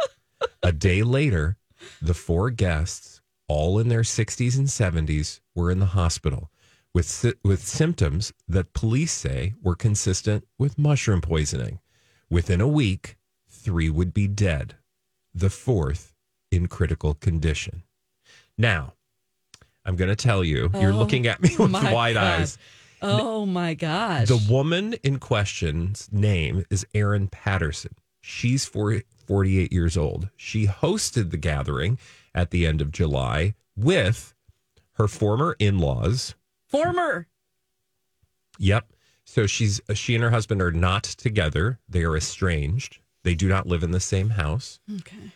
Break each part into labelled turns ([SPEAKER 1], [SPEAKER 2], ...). [SPEAKER 1] a day later, the four guests, all in their 60s and 70s, were in the hospital with sy- with symptoms that police say were consistent with mushroom poisoning. Within a week, three would be dead, the fourth in critical condition. Now, I'm going to tell you, you're
[SPEAKER 2] Oh,
[SPEAKER 1] looking at me with
[SPEAKER 2] my
[SPEAKER 1] wide
[SPEAKER 2] God.
[SPEAKER 1] eyes.
[SPEAKER 2] Oh, my gosh.
[SPEAKER 1] The woman in question's name is Erin Patterson. She's four- 48 years old. She hosted the gathering at the end of July with her former in laws.
[SPEAKER 2] Former.
[SPEAKER 1] Yep. So she's she and her husband are not together. They are estranged. They do not live in the same house.
[SPEAKER 2] Okay.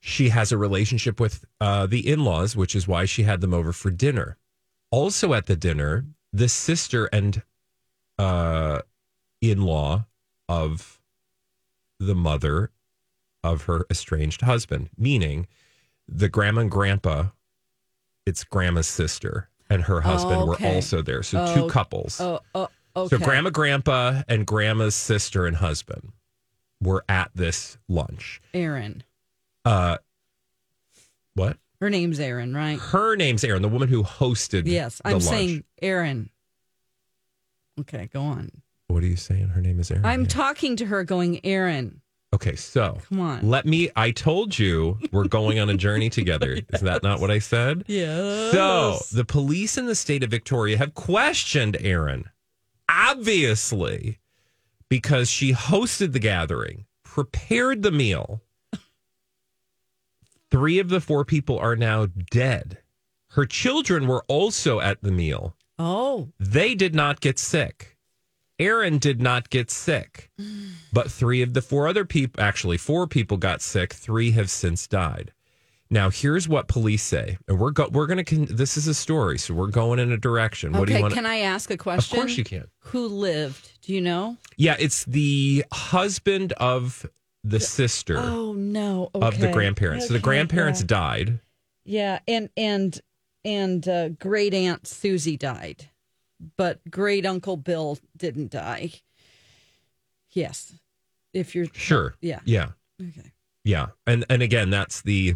[SPEAKER 1] she has a relationship with uh, the in laws, which is why she had them over for dinner. Also at the dinner, the sister and uh, in law of the mother of her estranged husband, meaning the grandma and grandpa, it's grandma's sister and her husband
[SPEAKER 2] Okay.
[SPEAKER 1] were also there. So two
[SPEAKER 2] Oh,
[SPEAKER 1] couples.
[SPEAKER 2] Oh, oh okay.
[SPEAKER 1] So grandma, grandpa, and grandma's sister and husband were at this lunch.
[SPEAKER 2] Aaron.
[SPEAKER 1] Uh, what?
[SPEAKER 2] Her name's Aaron, right?
[SPEAKER 1] Her name's Erin, the woman who hosted.
[SPEAKER 2] Yes,
[SPEAKER 1] the
[SPEAKER 2] I'm
[SPEAKER 1] lunch.
[SPEAKER 2] saying Erin. Okay, go on.
[SPEAKER 1] What are you saying? Her name is Erin.
[SPEAKER 2] I'm talking to her going, Erin.
[SPEAKER 1] okay, so
[SPEAKER 2] Come on.
[SPEAKER 1] Let me. I told you we're going on a journey together. Is that not what I said?
[SPEAKER 2] Yeah.
[SPEAKER 1] So the police in the state of Victoria have questioned Erin, obviously, because she hosted the gathering, prepared the meal. Three of the four people are now dead. Her children were also at the meal.
[SPEAKER 2] Oh,
[SPEAKER 1] They did not get sick. Aaron did not get sick. But three of the four other people, actually, four people got sick. Three have since died. Now, here's what police say, and we're go- we're gonna. Con- this is a story, so we're going in a direction. What do
[SPEAKER 2] okay,
[SPEAKER 1] you want?
[SPEAKER 2] can I ask a
[SPEAKER 1] Of
[SPEAKER 2] question?
[SPEAKER 1] course, you can.
[SPEAKER 2] Who lived? Do you know?
[SPEAKER 1] Yeah, it's the husband of the sister
[SPEAKER 2] Oh no. Okay.
[SPEAKER 1] of the grandparents. So the
[SPEAKER 2] Okay,
[SPEAKER 1] grandparents
[SPEAKER 2] yeah.
[SPEAKER 1] died.
[SPEAKER 2] Yeah, and and and uh, great aunt Susie died, but great uncle Bill didn't die. Yes, if you're
[SPEAKER 1] Sure.
[SPEAKER 2] Yeah.
[SPEAKER 1] Yeah.
[SPEAKER 2] Okay.
[SPEAKER 1] Yeah. And and again, that's the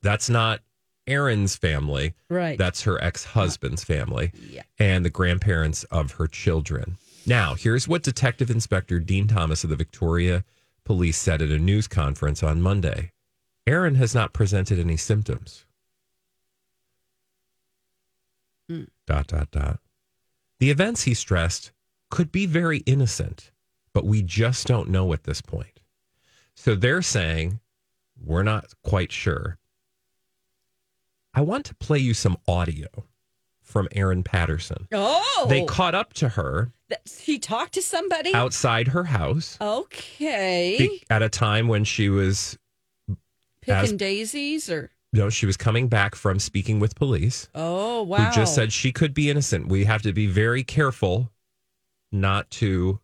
[SPEAKER 1] that's not Erin's family.
[SPEAKER 2] Right.
[SPEAKER 1] That's her ex-husband's family
[SPEAKER 2] yeah.
[SPEAKER 1] and the grandparents of her children. Now, here's what Detective Inspector Dean Thomas of the Victoria Police said at a news conference on Monday. Erin has not presented any symptoms. Dot dot dot. The events he stressed could be very innocent, but we just don't know at this point. So they're saying we're not quite sure. I want to play you some audio from Erin Patterson.
[SPEAKER 2] Oh,
[SPEAKER 1] They caught up to her
[SPEAKER 2] that, she talked to somebody.
[SPEAKER 1] outside her house
[SPEAKER 2] okay.
[SPEAKER 1] be- at a time when she was
[SPEAKER 2] Picking
[SPEAKER 1] as-
[SPEAKER 2] daisies or
[SPEAKER 1] you know, she was coming back from speaking with police
[SPEAKER 2] oh wow.
[SPEAKER 1] who just said she could be innocent. We have to be very careful not to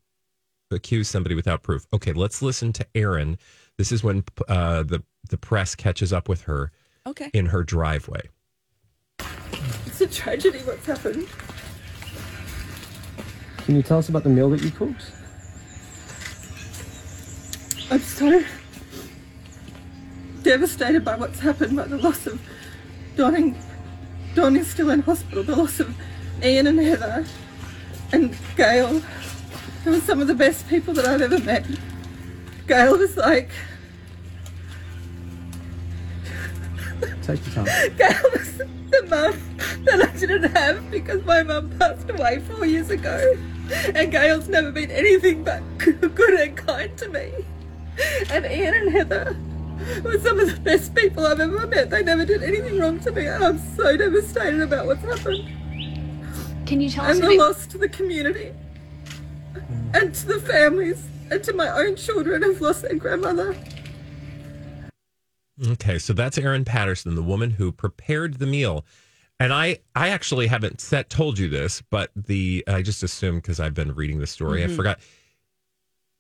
[SPEAKER 1] accuse somebody without proof. Okay, let's listen to Erin. This is when uh, the the press catches up with her
[SPEAKER 2] okay.
[SPEAKER 1] in her driveway.
[SPEAKER 3] It's a tragedy what's happened.
[SPEAKER 4] Can you tell us about the meal that you cooked?
[SPEAKER 3] I'm so devastated by what's happened, by the loss of Don. And, Don is still in hospital. The loss of Ian and Heather and Gail. They were some of the best people that I've ever met. Gail was like,
[SPEAKER 4] Take your time.
[SPEAKER 3] Gail was the mum that I didn't have because my mum passed away four years ago. And Gail's never been anything but good and kind to me. And Ian and Heather were some of the best people I've ever met. They never did anything wrong to me, and I'm so devastated about what's happened.
[SPEAKER 5] Can you tell us
[SPEAKER 3] And
[SPEAKER 5] a
[SPEAKER 3] the
[SPEAKER 5] bit-
[SPEAKER 3] loss to the community, and to the families, and to my own children who've lost their grandmother.
[SPEAKER 1] Okay, so that's Erin Patterson, the woman who prepared the meal. And I, I actually haven't set, told you this, but the I just assumed because I've been reading the story, I forgot.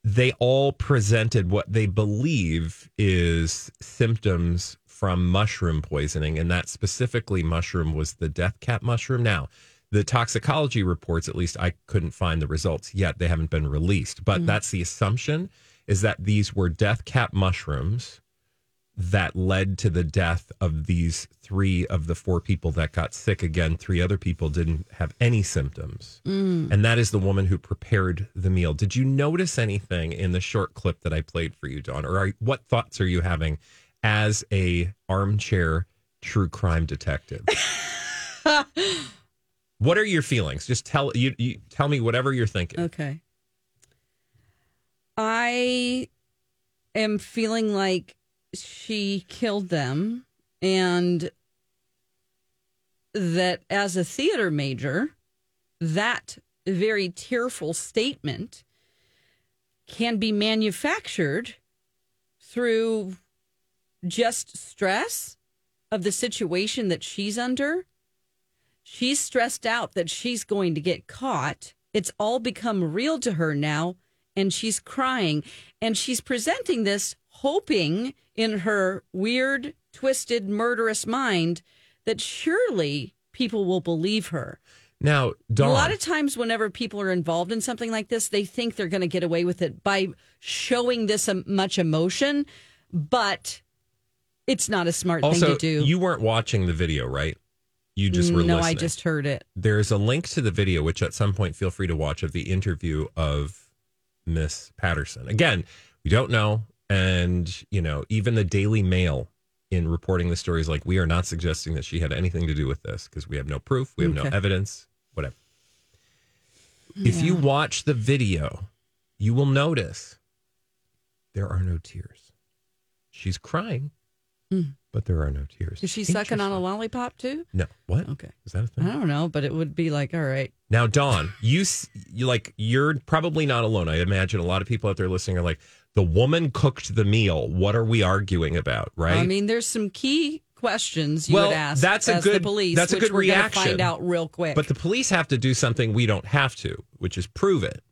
[SPEAKER 1] They all presented what they believe is symptoms from mushroom poisoning, and that specifically mushroom was the death cap mushroom. Now, the toxicology reports, at least I couldn't find the results yet; they haven't been released. But that's the assumption: is that these were death cap mushrooms that led to the death of these three of the four people that got sick again three other people didn't have any symptoms
[SPEAKER 2] Mm.
[SPEAKER 1] and that is the woman who prepared the meal did you notice anything in the short clip that i played for you don or are, what thoughts are you having as a armchair true crime detective what are your feelings just tell you, you tell me whatever you're thinking
[SPEAKER 2] Okay. I am feeling like she killed them and that as a theater major, that very tearful statement can be manufactured through just stress of the situation that she's under she's stressed out that she's going to get caught. It's all become real to her now, and she's crying. And she's presenting this, hoping in her weird, twisted, murderous mind that surely people will believe her.
[SPEAKER 1] now don
[SPEAKER 2] A lot of times, whenever people are involved in something like this, they think they're going to get away with it by showing this um, much emotion, but it's not a smart
[SPEAKER 1] also
[SPEAKER 2] thing to do.
[SPEAKER 1] you weren't watching the video right you just were
[SPEAKER 2] no,
[SPEAKER 1] listening.
[SPEAKER 2] I just heard it.
[SPEAKER 1] there's a link to the video, which at some point feel free to watch of the interview of Miss Patterson. Again, we don't know. And, you know, even the Daily Mail in reporting the story is like, we are not suggesting that she had anything to do with this because we have no proof, we have no
[SPEAKER 2] Okay. Hmm.
[SPEAKER 1] evidence, whatever. If you watch the video, you will notice there are no tears. She's crying, but there are no tears.
[SPEAKER 2] Hmm. Is she sucking on a lollipop too?
[SPEAKER 1] No. What?
[SPEAKER 2] Okay.
[SPEAKER 1] Is that a thing?
[SPEAKER 2] I don't know, but it would be like, all right,
[SPEAKER 1] Now, Dawn, you, s- you like you're probably not alone. I imagine a lot of people out there listening are like, the woman cooked the meal. What are we arguing about, right?
[SPEAKER 2] I mean, there's some key questions you
[SPEAKER 1] Well,
[SPEAKER 2] would ask
[SPEAKER 1] that's a
[SPEAKER 2] as the
[SPEAKER 1] good-
[SPEAKER 2] police,
[SPEAKER 1] that's a
[SPEAKER 2] which
[SPEAKER 1] good
[SPEAKER 2] we're gonna
[SPEAKER 1] reaction.
[SPEAKER 2] find out real quick.
[SPEAKER 1] But the police have to do something we don't have to, which is prove it.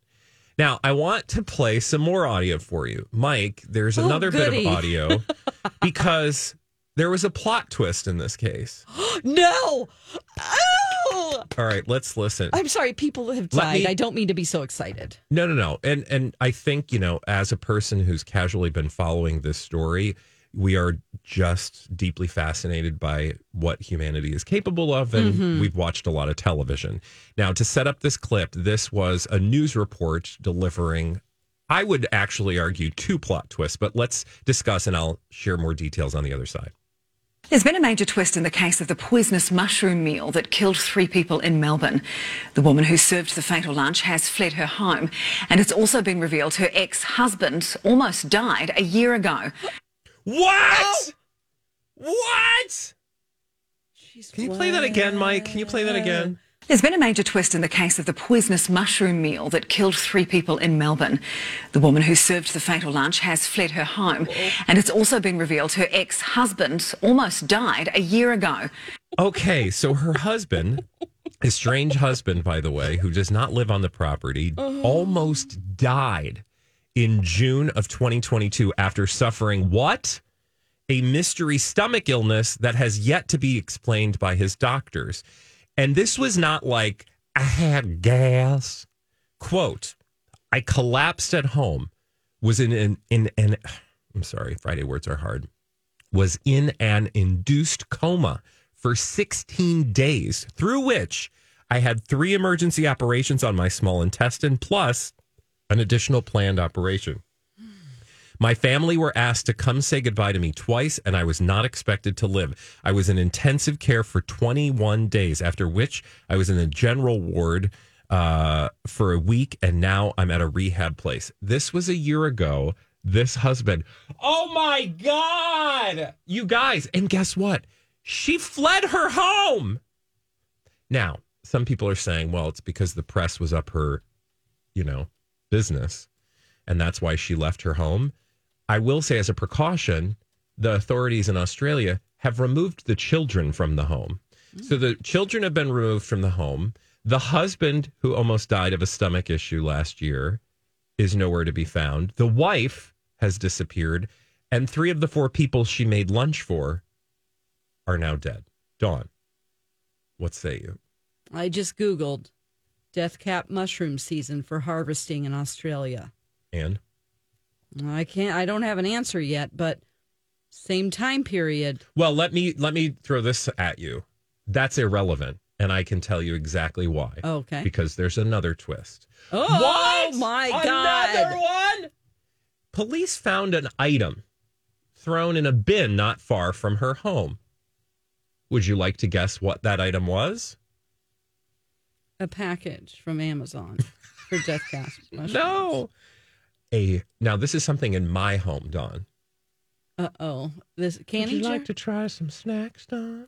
[SPEAKER 1] Now, I want to play some more audio for you. Mike, there's
[SPEAKER 2] Oh,
[SPEAKER 1] another bit
[SPEAKER 2] goody.
[SPEAKER 1] of audio because there was a plot twist in this case.
[SPEAKER 2] no. Oh!
[SPEAKER 1] All right, let's listen.
[SPEAKER 2] I'm sorry, people have
[SPEAKER 1] Let
[SPEAKER 2] died.
[SPEAKER 1] me-
[SPEAKER 2] I don't mean to be so excited.
[SPEAKER 1] No, no, no. And and I think, you know, as a person who's casually been following this story, we are just deeply fascinated by what humanity is capable of and we've watched a lot of television. Now, to set up this clip, this was a news report delivering I would actually argue two plot twists, but let's discuss and I'll share more details on the other side.
[SPEAKER 6] There's been a major twist in the case of the poisonous mushroom meal that killed three people in Melbourne. The woman who served the fatal lunch has fled her home, and it's also been revealed her ex husband almost died a year ago.
[SPEAKER 1] What? What? Can you play that again, Mike? Can you play that again?
[SPEAKER 6] There's been a major twist in the case of the poisonous mushroom meal that killed three people in Melbourne. The woman who served the fatal lunch has fled her home, and it's also been revealed her ex husband almost died a year ago.
[SPEAKER 1] Okay, so her husband, estranged husband, by the way, who does not live on the property, almost died in June of 2022 after suffering what? A mystery stomach illness that has yet to be explained by his doctors. And this was not like, I had gas. Quote, I collapsed at home, was in an, in an, I'm sorry, Friday words are hard was in an induced coma for 16 days, through which I had three emergency operations on my small intestine, plus an additional planned operation. My family were asked to come say goodbye to me twice, and I was not expected to live. I was in intensive care for 21 days, after which I was in a general ward uh, for a week, and now I'm at a rehab place. This was a year ago. This husband. Oh my God! You guys, and guess what? She fled her home. Now, some people are saying, well, it's because the press was up her, you know, business and that's why she left her home. I will say, as a precaution, the authorities in Australia have removed the children from the home. So the children have been removed from the home. The husband, who almost died of a stomach issue last year, is nowhere to be found. The wife has disappeared. And three of the four people she made lunch for are now dead. Dawn, what say you?
[SPEAKER 2] I just Googled death cap mushroom season for harvesting in Australia.
[SPEAKER 1] And
[SPEAKER 2] I can't. I don't have an answer yet, but same time period.
[SPEAKER 1] well, let me let me throw this at you. That's irrelevant, and I can tell you exactly why.
[SPEAKER 2] Okay.
[SPEAKER 1] because there's another twist.
[SPEAKER 2] Oh my
[SPEAKER 1] Another
[SPEAKER 2] god!
[SPEAKER 1] one? Police found an item thrown in a bin not far from her home. Would you like to guess what that item was?
[SPEAKER 2] A package from Amazon for death cap. mushrooms.
[SPEAKER 1] No. A now this is something in my home, Don.
[SPEAKER 2] Uh oh. This can
[SPEAKER 1] Would you
[SPEAKER 2] jar?
[SPEAKER 1] like to try some snacks, Don?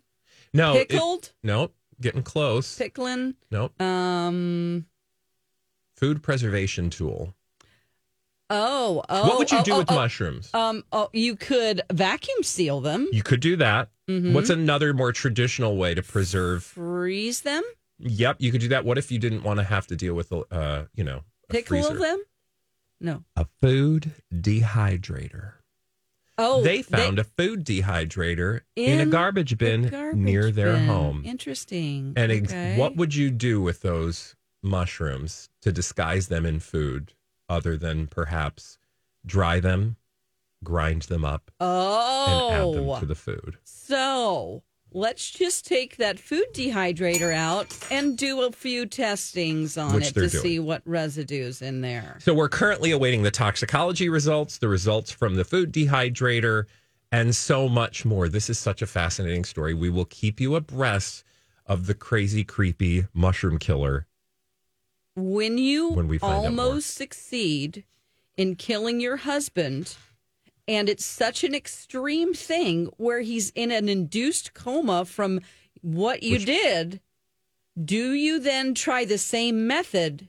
[SPEAKER 1] No. it-
[SPEAKER 2] pickled
[SPEAKER 1] no, getting close.
[SPEAKER 2] pickling.
[SPEAKER 1] Nope.
[SPEAKER 2] Um.
[SPEAKER 1] Food preservation tool.
[SPEAKER 2] Oh. Oh.
[SPEAKER 1] what would you
[SPEAKER 2] oh,
[SPEAKER 1] do
[SPEAKER 2] oh,
[SPEAKER 1] with
[SPEAKER 2] oh,
[SPEAKER 1] mushrooms?
[SPEAKER 2] Um. Oh, you could vacuum seal them,
[SPEAKER 1] you could do that.
[SPEAKER 2] Mm-hmm.
[SPEAKER 1] What's another more traditional way to preserve
[SPEAKER 2] freeze them,
[SPEAKER 1] Yep, you could do that. What if you didn't want to have to deal with, uh, you know, a
[SPEAKER 2] pickle
[SPEAKER 1] freezer?
[SPEAKER 2] them. No.
[SPEAKER 1] A food dehydrator.
[SPEAKER 2] Oh,
[SPEAKER 1] they found a food dehydrator in, a
[SPEAKER 2] in
[SPEAKER 1] garbage bin
[SPEAKER 2] the garbage
[SPEAKER 1] near their
[SPEAKER 2] bin.
[SPEAKER 1] home.
[SPEAKER 2] Interesting.
[SPEAKER 1] and ex-
[SPEAKER 2] Okay.
[SPEAKER 1] what would you do with those mushrooms to disguise them in food other than perhaps dry them, grind them up,
[SPEAKER 2] Oh.
[SPEAKER 1] and add them to the food?
[SPEAKER 2] So let's just take that food dehydrator out and do a few testings on
[SPEAKER 1] Which
[SPEAKER 2] it
[SPEAKER 1] they're
[SPEAKER 2] to
[SPEAKER 1] doing.
[SPEAKER 2] see what residues in there.
[SPEAKER 1] So we're currently awaiting the toxicology results, the results from the food dehydrator, and so much more. This is such a fascinating story. We will keep you abreast of the crazy, creepy mushroom killer.
[SPEAKER 2] When you
[SPEAKER 1] When we find out more.
[SPEAKER 2] almost succeed in killing your husband, and it's such an extreme thing where he's in an induced coma from what you did, do you then try the same method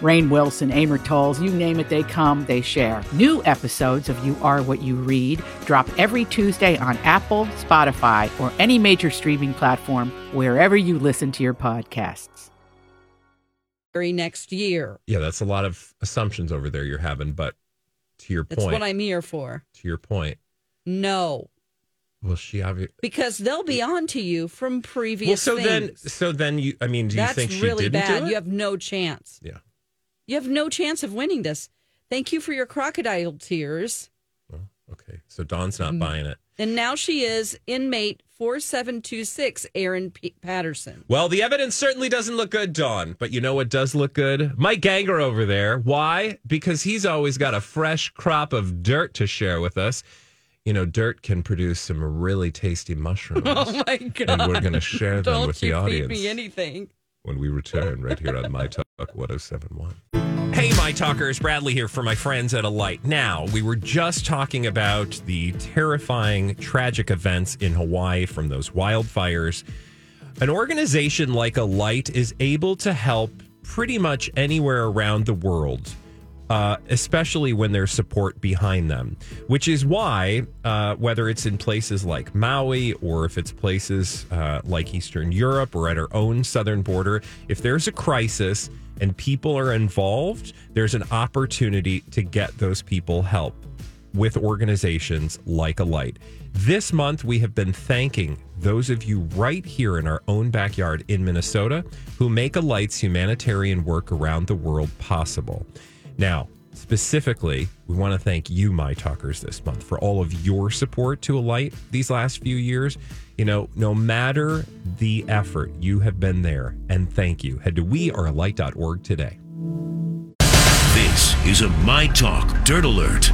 [SPEAKER 6] Rain Wilson, Amor Tolls, you name it, they come, they share. New episodes of You Are What You Read drop every Tuesday on Apple, Spotify, or any major streaming platform wherever you listen to your podcasts.
[SPEAKER 2] very next year.
[SPEAKER 1] Yeah, that's a lot of assumptions over there you're having, but to your
[SPEAKER 2] That's
[SPEAKER 1] point,
[SPEAKER 2] what I'm here for.
[SPEAKER 1] to your point,
[SPEAKER 2] No,
[SPEAKER 1] well, she obviously.
[SPEAKER 2] because they'll be on to you from
[SPEAKER 1] Well,
[SPEAKER 2] previous
[SPEAKER 1] so
[SPEAKER 2] things.
[SPEAKER 1] then, so then you. I mean, do you
[SPEAKER 2] That's
[SPEAKER 1] think she
[SPEAKER 2] really
[SPEAKER 1] didn't
[SPEAKER 2] bad.
[SPEAKER 1] do it?
[SPEAKER 2] You have no chance.
[SPEAKER 1] yeah.
[SPEAKER 2] You have no chance of winning this. Thank you for your crocodile tears.
[SPEAKER 1] Well, okay. So Dawn's
[SPEAKER 2] Mm.
[SPEAKER 1] not buying it.
[SPEAKER 2] And now she is inmate 4726, Aaron P- Patterson.
[SPEAKER 1] Well, the evidence certainly doesn't look good, Dawn. But you know what does look good? Mike Ganger over there. Why? Because he's always got a fresh crop of dirt to share with us. You know, dirt can produce some really tasty mushrooms.
[SPEAKER 2] Oh my God.
[SPEAKER 1] and we're going to share them
[SPEAKER 2] Don't
[SPEAKER 1] with
[SPEAKER 2] you
[SPEAKER 1] the audience.
[SPEAKER 2] feed me anything.
[SPEAKER 1] when we return right here on My Talk 1071. Hey, My Talkers, Bradley here for my friends at Alight. Now, we were just talking about the terrifying, tragic events in Hawaii from those wildfires. An organization like Alight is able to help pretty much anywhere around the world, uh, especially when there's support behind them, which is why, uh, whether it's in places like Maui or if it's places uh, like Eastern Europe or at our own southern border, if there's a crisis and people are involved, there's an opportunity to get those people help with organizations like Alight. This month, we have been thanking those of you right here in our own backyard in Minnesota who make Alight's humanitarian work around the world possible. Now, specifically, we want to thank you, My Talkers, this month for all of your support to Alight these last few years. You know, no matter the effort, you have been there, and thank you. Head to wearealight.org today.
[SPEAKER 7] This is a My Talk Dirt Alert.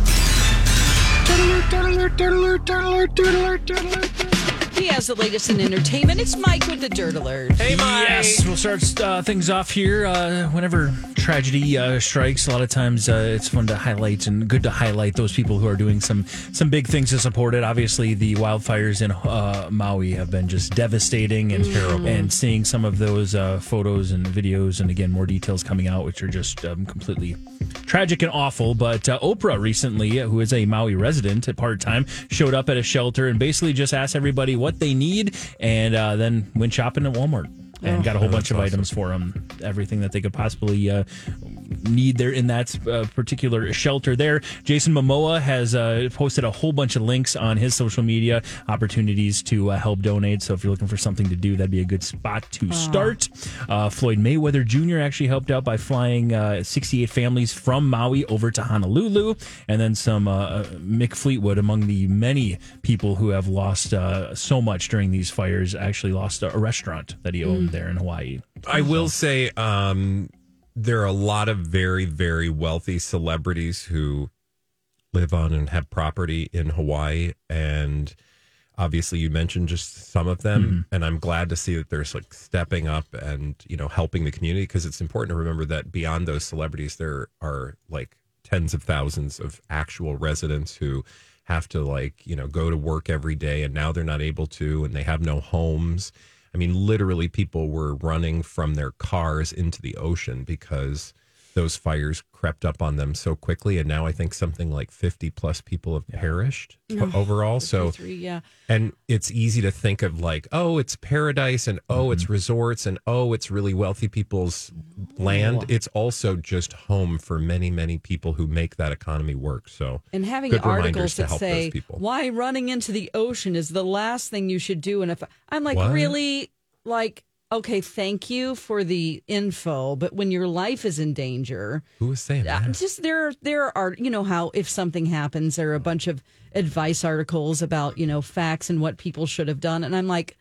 [SPEAKER 2] He has the latest in entertainment. It's Mike with the Dirt Alert.
[SPEAKER 7] Hey, Mike.
[SPEAKER 8] Yes, we'll start uh, things off here. Uh, whenever tragedy uh, strikes, a lot of times uh, it's fun to highlight and good to highlight those people who are doing some some big things to support it. Obviously, the wildfires in uh, Maui have been just devastating
[SPEAKER 7] Mm-hmm.
[SPEAKER 8] and terrible. And seeing some of those uh, photos and videos, and again, more details coming out, which are just um, completely tragic and awful. But uh, Oprah recently, who is a Maui resident at part time, showed up at a shelter and basically just asked everybody what they need, and uh, then went shopping at Walmart and got a whole
[SPEAKER 1] Oh,
[SPEAKER 8] bunch of
[SPEAKER 1] that's
[SPEAKER 8] items for them, everything that they could possibly uh, need there in that uh, particular shelter. There, Jason Momoa has uh, posted a whole bunch of links on his social media opportunities to uh, help donate. So if you're looking for something to do, that'd be a good spot to start. Uh, Floyd Mayweather Jr. actually helped out by flying uh, 68 families from Maui over to Honolulu, and then some uh, Mick Fleetwood among the many people who have lost uh, so much during these fires. Actually, lost a restaurant that he owned there in Hawaii.
[SPEAKER 1] I will say um, there are a lot of very, very wealthy celebrities who live on and have property in Hawaii. And obviously, you mentioned just some of them. And I'm glad to see that there's like stepping up and, you know, helping the community because it's important to remember that beyond those celebrities, there are like tens of thousands of actual residents who have to like, you know, go to work every day and now they're not able to and they have no homes. I mean, literally, people were running from their cars into the ocean because those fires crept up on them so quickly. And now I think something like 50 plus people have perished overall. So,
[SPEAKER 2] Three, yeah.
[SPEAKER 1] and it's easy to think of like, oh, it's paradise and oh, it's
[SPEAKER 2] Mm-hmm.
[SPEAKER 1] resorts and oh, it's really wealthy people's land. It's also just home for many, many people who make that economy work. So,
[SPEAKER 2] And having
[SPEAKER 1] good reminders
[SPEAKER 2] articles
[SPEAKER 1] to
[SPEAKER 2] that
[SPEAKER 1] help
[SPEAKER 2] say
[SPEAKER 1] those people.
[SPEAKER 2] why running into the ocean is the last thing you should do. And if I'm like,
[SPEAKER 1] What?
[SPEAKER 2] really, like, okay, thank you for the info, but when your life is in danger,
[SPEAKER 1] Who was saying
[SPEAKER 2] uh,
[SPEAKER 1] that?
[SPEAKER 2] just there there are you know how if something happens, there are a bunch of advice articles about you know facts and what people should have done, and I'm like,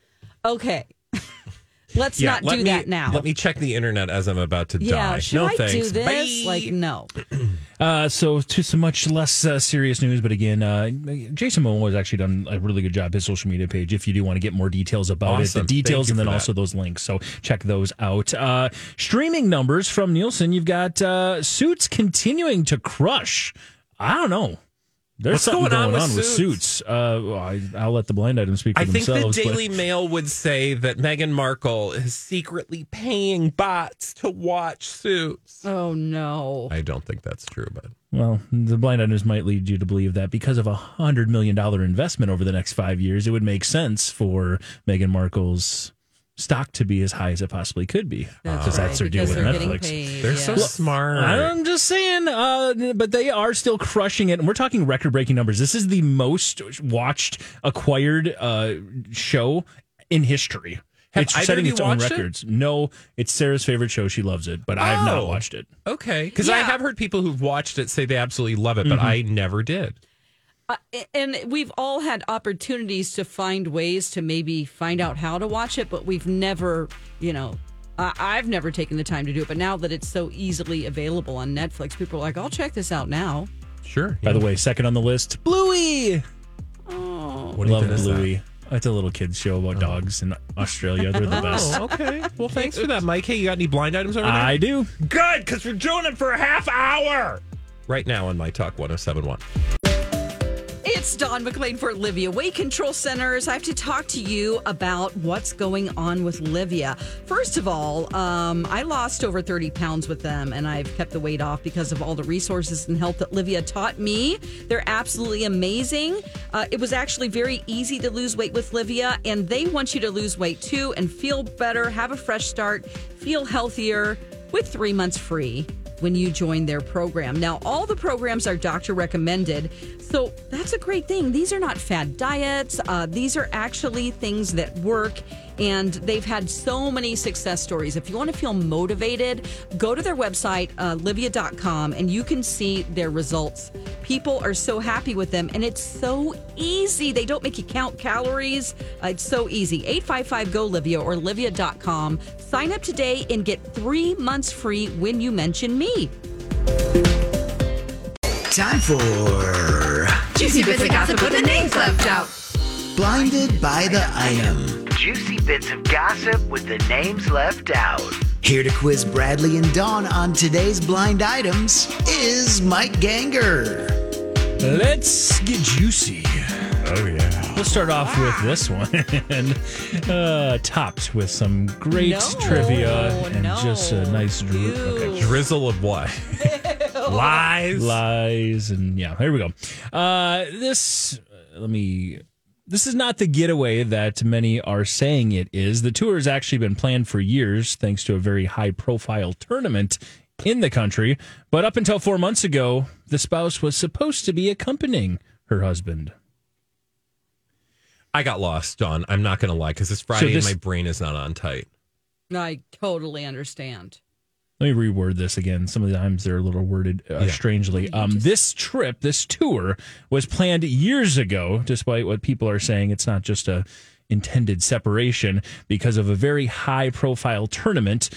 [SPEAKER 2] okay, let's
[SPEAKER 1] Yeah,
[SPEAKER 2] not
[SPEAKER 1] let
[SPEAKER 2] do
[SPEAKER 1] me-
[SPEAKER 2] that now.
[SPEAKER 1] Let me check the internet as I'm about to
[SPEAKER 2] yeah,
[SPEAKER 1] die.
[SPEAKER 2] should
[SPEAKER 1] no
[SPEAKER 2] I
[SPEAKER 1] thanks.
[SPEAKER 2] do this?
[SPEAKER 1] Bye.
[SPEAKER 2] Like, no.
[SPEAKER 8] Uh, so to some much less uh, serious news, but again, uh, Jason Momoa has actually done a really good job. His social media page, if you do want to get more details about
[SPEAKER 1] Awesome.
[SPEAKER 8] it, the details,
[SPEAKER 1] Thank
[SPEAKER 8] and
[SPEAKER 1] you
[SPEAKER 8] then
[SPEAKER 1] for
[SPEAKER 8] also
[SPEAKER 1] that.
[SPEAKER 8] those links. So check those out. Uh, streaming numbers from Nielsen. You've got uh, Suits continuing to crush. I don't know. There's
[SPEAKER 1] What's
[SPEAKER 8] something
[SPEAKER 1] going on with Suits?
[SPEAKER 8] with Suits. Uh, well, I, I'll let the blind item speak for
[SPEAKER 1] I think the
[SPEAKER 8] themselves. but-
[SPEAKER 1] Daily Mail would say that Meghan Markle is secretly paying bots to watch Suits.
[SPEAKER 2] Oh no!
[SPEAKER 1] I don't think that's true, but
[SPEAKER 8] Well, the blind items might lead you to believe that because of a hundred million dollar investment over the next five years, it would make sense for Meghan Markle's stock to be as high as it possibly could be.
[SPEAKER 2] That's
[SPEAKER 8] because
[SPEAKER 2] right,
[SPEAKER 8] that's their deal
[SPEAKER 2] because
[SPEAKER 8] with
[SPEAKER 2] they're getting
[SPEAKER 8] Netflix.
[SPEAKER 2] paid, They're so yeah.
[SPEAKER 1] smart.
[SPEAKER 8] I'm just saying, uh, but they are still crushing it, and we're talking record breaking numbers. This is the most watched acquired uh, show in history.
[SPEAKER 1] Have
[SPEAKER 8] it's
[SPEAKER 1] either
[SPEAKER 8] setting
[SPEAKER 1] of you
[SPEAKER 8] its own
[SPEAKER 1] watched it?
[SPEAKER 8] records. No, it's Sarah's favorite show. She loves it, but I've
[SPEAKER 1] Oh.
[SPEAKER 8] not watched it.
[SPEAKER 1] okay. Because I
[SPEAKER 2] Yeah.
[SPEAKER 1] have heard people who've watched it say they absolutely love it, but
[SPEAKER 8] Mhm.
[SPEAKER 1] I never did.
[SPEAKER 2] Uh, and we've all had opportunities to find ways to maybe find out how to watch it, but we've never, you know, I I've never taken the time to do it. But now that it's so easily available on Netflix, people are like, I'll check this out now.
[SPEAKER 1] Sure.
[SPEAKER 8] By the way, second on the list, Bluey.
[SPEAKER 2] Oh,
[SPEAKER 1] What do you
[SPEAKER 8] Love
[SPEAKER 1] think is that? Uh-huh.
[SPEAKER 8] Bluey. It's a little kids show about dogs in Australia. They're the best.
[SPEAKER 1] Oh, okay. Well, thanks for that, Mike. Hey, you got any blind items over there?
[SPEAKER 8] I do.
[SPEAKER 1] Good, because we're doing it for a half hour. Right now on My Talk 1071.
[SPEAKER 2] It's Don McLean for Livia Weight Control Centers. I have to talk to you about what's going on with Livia. First of all, um, I lost over 30 pounds with them, and I've kept the weight off because of all the resources and help that Livia taught me. They're absolutely amazing. Uh, it was actually very easy to lose weight with Livia, and they want you to lose weight too and feel better, have a fresh start, feel healthier with three months free when you join their program. Now, all the programs are doctor recommended, so that's a great thing. These are not fad diets, uh, these are actually things that work. And they've had so many success stories. If you want to feel motivated, go to their website, uh, livia.com, and you can see their results. People are so happy with them, and it's so easy. They don't make you count calories. Uh, it's so easy. 855 GO Livia or livia.com. Sign up today and get three months free when you mention me.
[SPEAKER 9] Time for
[SPEAKER 10] Juicy bits of gossip with the names left out.
[SPEAKER 9] Blinded by the Item.
[SPEAKER 10] Juicy bits of gossip with the names left out.
[SPEAKER 9] Here to quiz Bradley and Dawn on today's blind items is Mike Ganger.
[SPEAKER 8] Let's get juicy. Oh, yeah. We'll start off with this one, uh, topped with some great
[SPEAKER 2] No,
[SPEAKER 8] trivia and just a nice dri- okay.
[SPEAKER 1] Drizzle of what? Lies.
[SPEAKER 8] Lies. And yeah, here we go. Uh, this, uh, let me. This is not the getaway that many are saying it is. The tour has actually been planned for years thanks to a very high profile tournament in the country. But up until four months ago, the spouse was supposed to be accompanying her husband.
[SPEAKER 1] I got lost, Don. I'm not going to lie, because it's Friday
[SPEAKER 8] this-
[SPEAKER 1] and my brain is not on tight.
[SPEAKER 2] I totally understand.
[SPEAKER 8] let me reword this again. Some of the times they're a little worded uh,
[SPEAKER 1] Yeah.
[SPEAKER 8] strangely. Um, This trip, this tour, was planned years ago, despite what people are saying. It's not just a intended separation because of a very high profile tournament.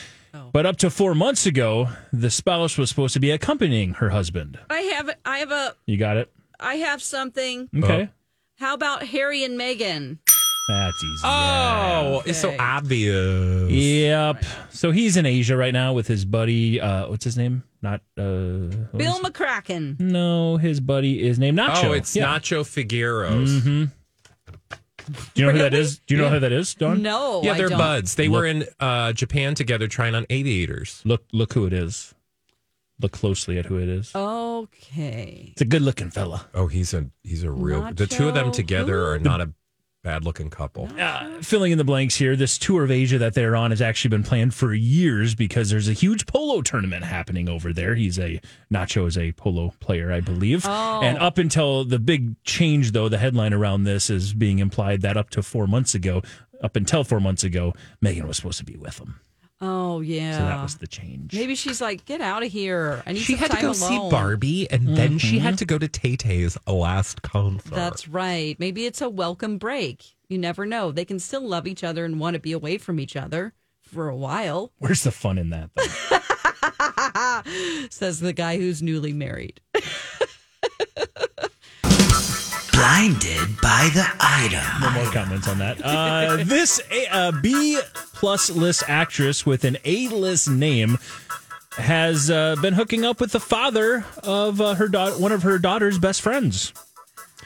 [SPEAKER 8] But up to four months ago, the spouse was supposed to be accompanying her husband.
[SPEAKER 2] I have I have a
[SPEAKER 8] You got it?
[SPEAKER 2] I have something.
[SPEAKER 1] Uh-huh.
[SPEAKER 8] Okay.
[SPEAKER 2] How about Harry and Meghan?
[SPEAKER 8] That's easy.
[SPEAKER 1] Oh, it's so obvious.
[SPEAKER 8] Yep. So he's in Asia right now with his buddy. Uh, what's his name? Not uh, what
[SPEAKER 2] Bill
[SPEAKER 8] is-
[SPEAKER 2] McCracken.
[SPEAKER 8] No, his buddy is named Nacho.
[SPEAKER 1] Oh, it's
[SPEAKER 8] Yeah.
[SPEAKER 1] Nacho Figuero's.
[SPEAKER 8] hmm Do you know who that is? Do you know who that is, Don?
[SPEAKER 2] No,
[SPEAKER 1] Yeah,
[SPEAKER 2] Oh, I
[SPEAKER 1] they're
[SPEAKER 2] don't.
[SPEAKER 1] buds. They were
[SPEAKER 8] Look-
[SPEAKER 1] in uh, Japan together trying on aviators.
[SPEAKER 8] Look, look who it is. Look closely at who it
[SPEAKER 2] Oh.
[SPEAKER 8] is.
[SPEAKER 2] Okay.
[SPEAKER 8] It's a good-looking fella.
[SPEAKER 1] Oh, he's a he's a real. The two of them
[SPEAKER 2] Nacho
[SPEAKER 1] together are not a bad looking couple.
[SPEAKER 8] Uh, filling in the blanks here. This tour of Asia that they're on has actually been planned for years because there's a huge polo tournament happening over there. He's a Nacho is a polo player, I believe.
[SPEAKER 2] Oh.
[SPEAKER 8] And up until the big change, though, the headline around this is being implied that up to four months ago, up until four months ago, Megan was supposed to be with him.
[SPEAKER 2] Oh yeah.
[SPEAKER 8] So that was the change.
[SPEAKER 2] Maybe she's like, get out of here. I need
[SPEAKER 1] She
[SPEAKER 2] some
[SPEAKER 1] had to
[SPEAKER 2] time
[SPEAKER 1] go
[SPEAKER 2] alone.
[SPEAKER 1] see Barbie, and then she had to go to Tay Tay's last concert.
[SPEAKER 2] That's right. Maybe it's a welcome break. You never know. They can still love each other and want to be away from each other for a while,
[SPEAKER 8] Where's the fun in that? Though?
[SPEAKER 2] says the guy who's newly married.
[SPEAKER 8] Blinded by the item. No more comments on that. Uh, this A- uh, B plus list actress with an A list name has uh, been hooking up with the father of uh, her daughter, one of her daughter's best friends.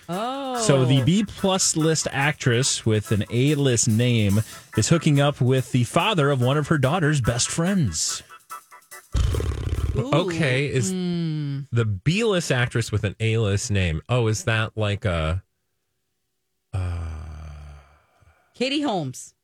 [SPEAKER 2] Oh.
[SPEAKER 8] So the B plus list actress with an A list name is hooking up with the father of one of her daughter's best friends.
[SPEAKER 1] Okay, is
[SPEAKER 2] Hmm.
[SPEAKER 1] the B list actress with an A list name? Oh, is that like a?
[SPEAKER 2] Katie Holmes.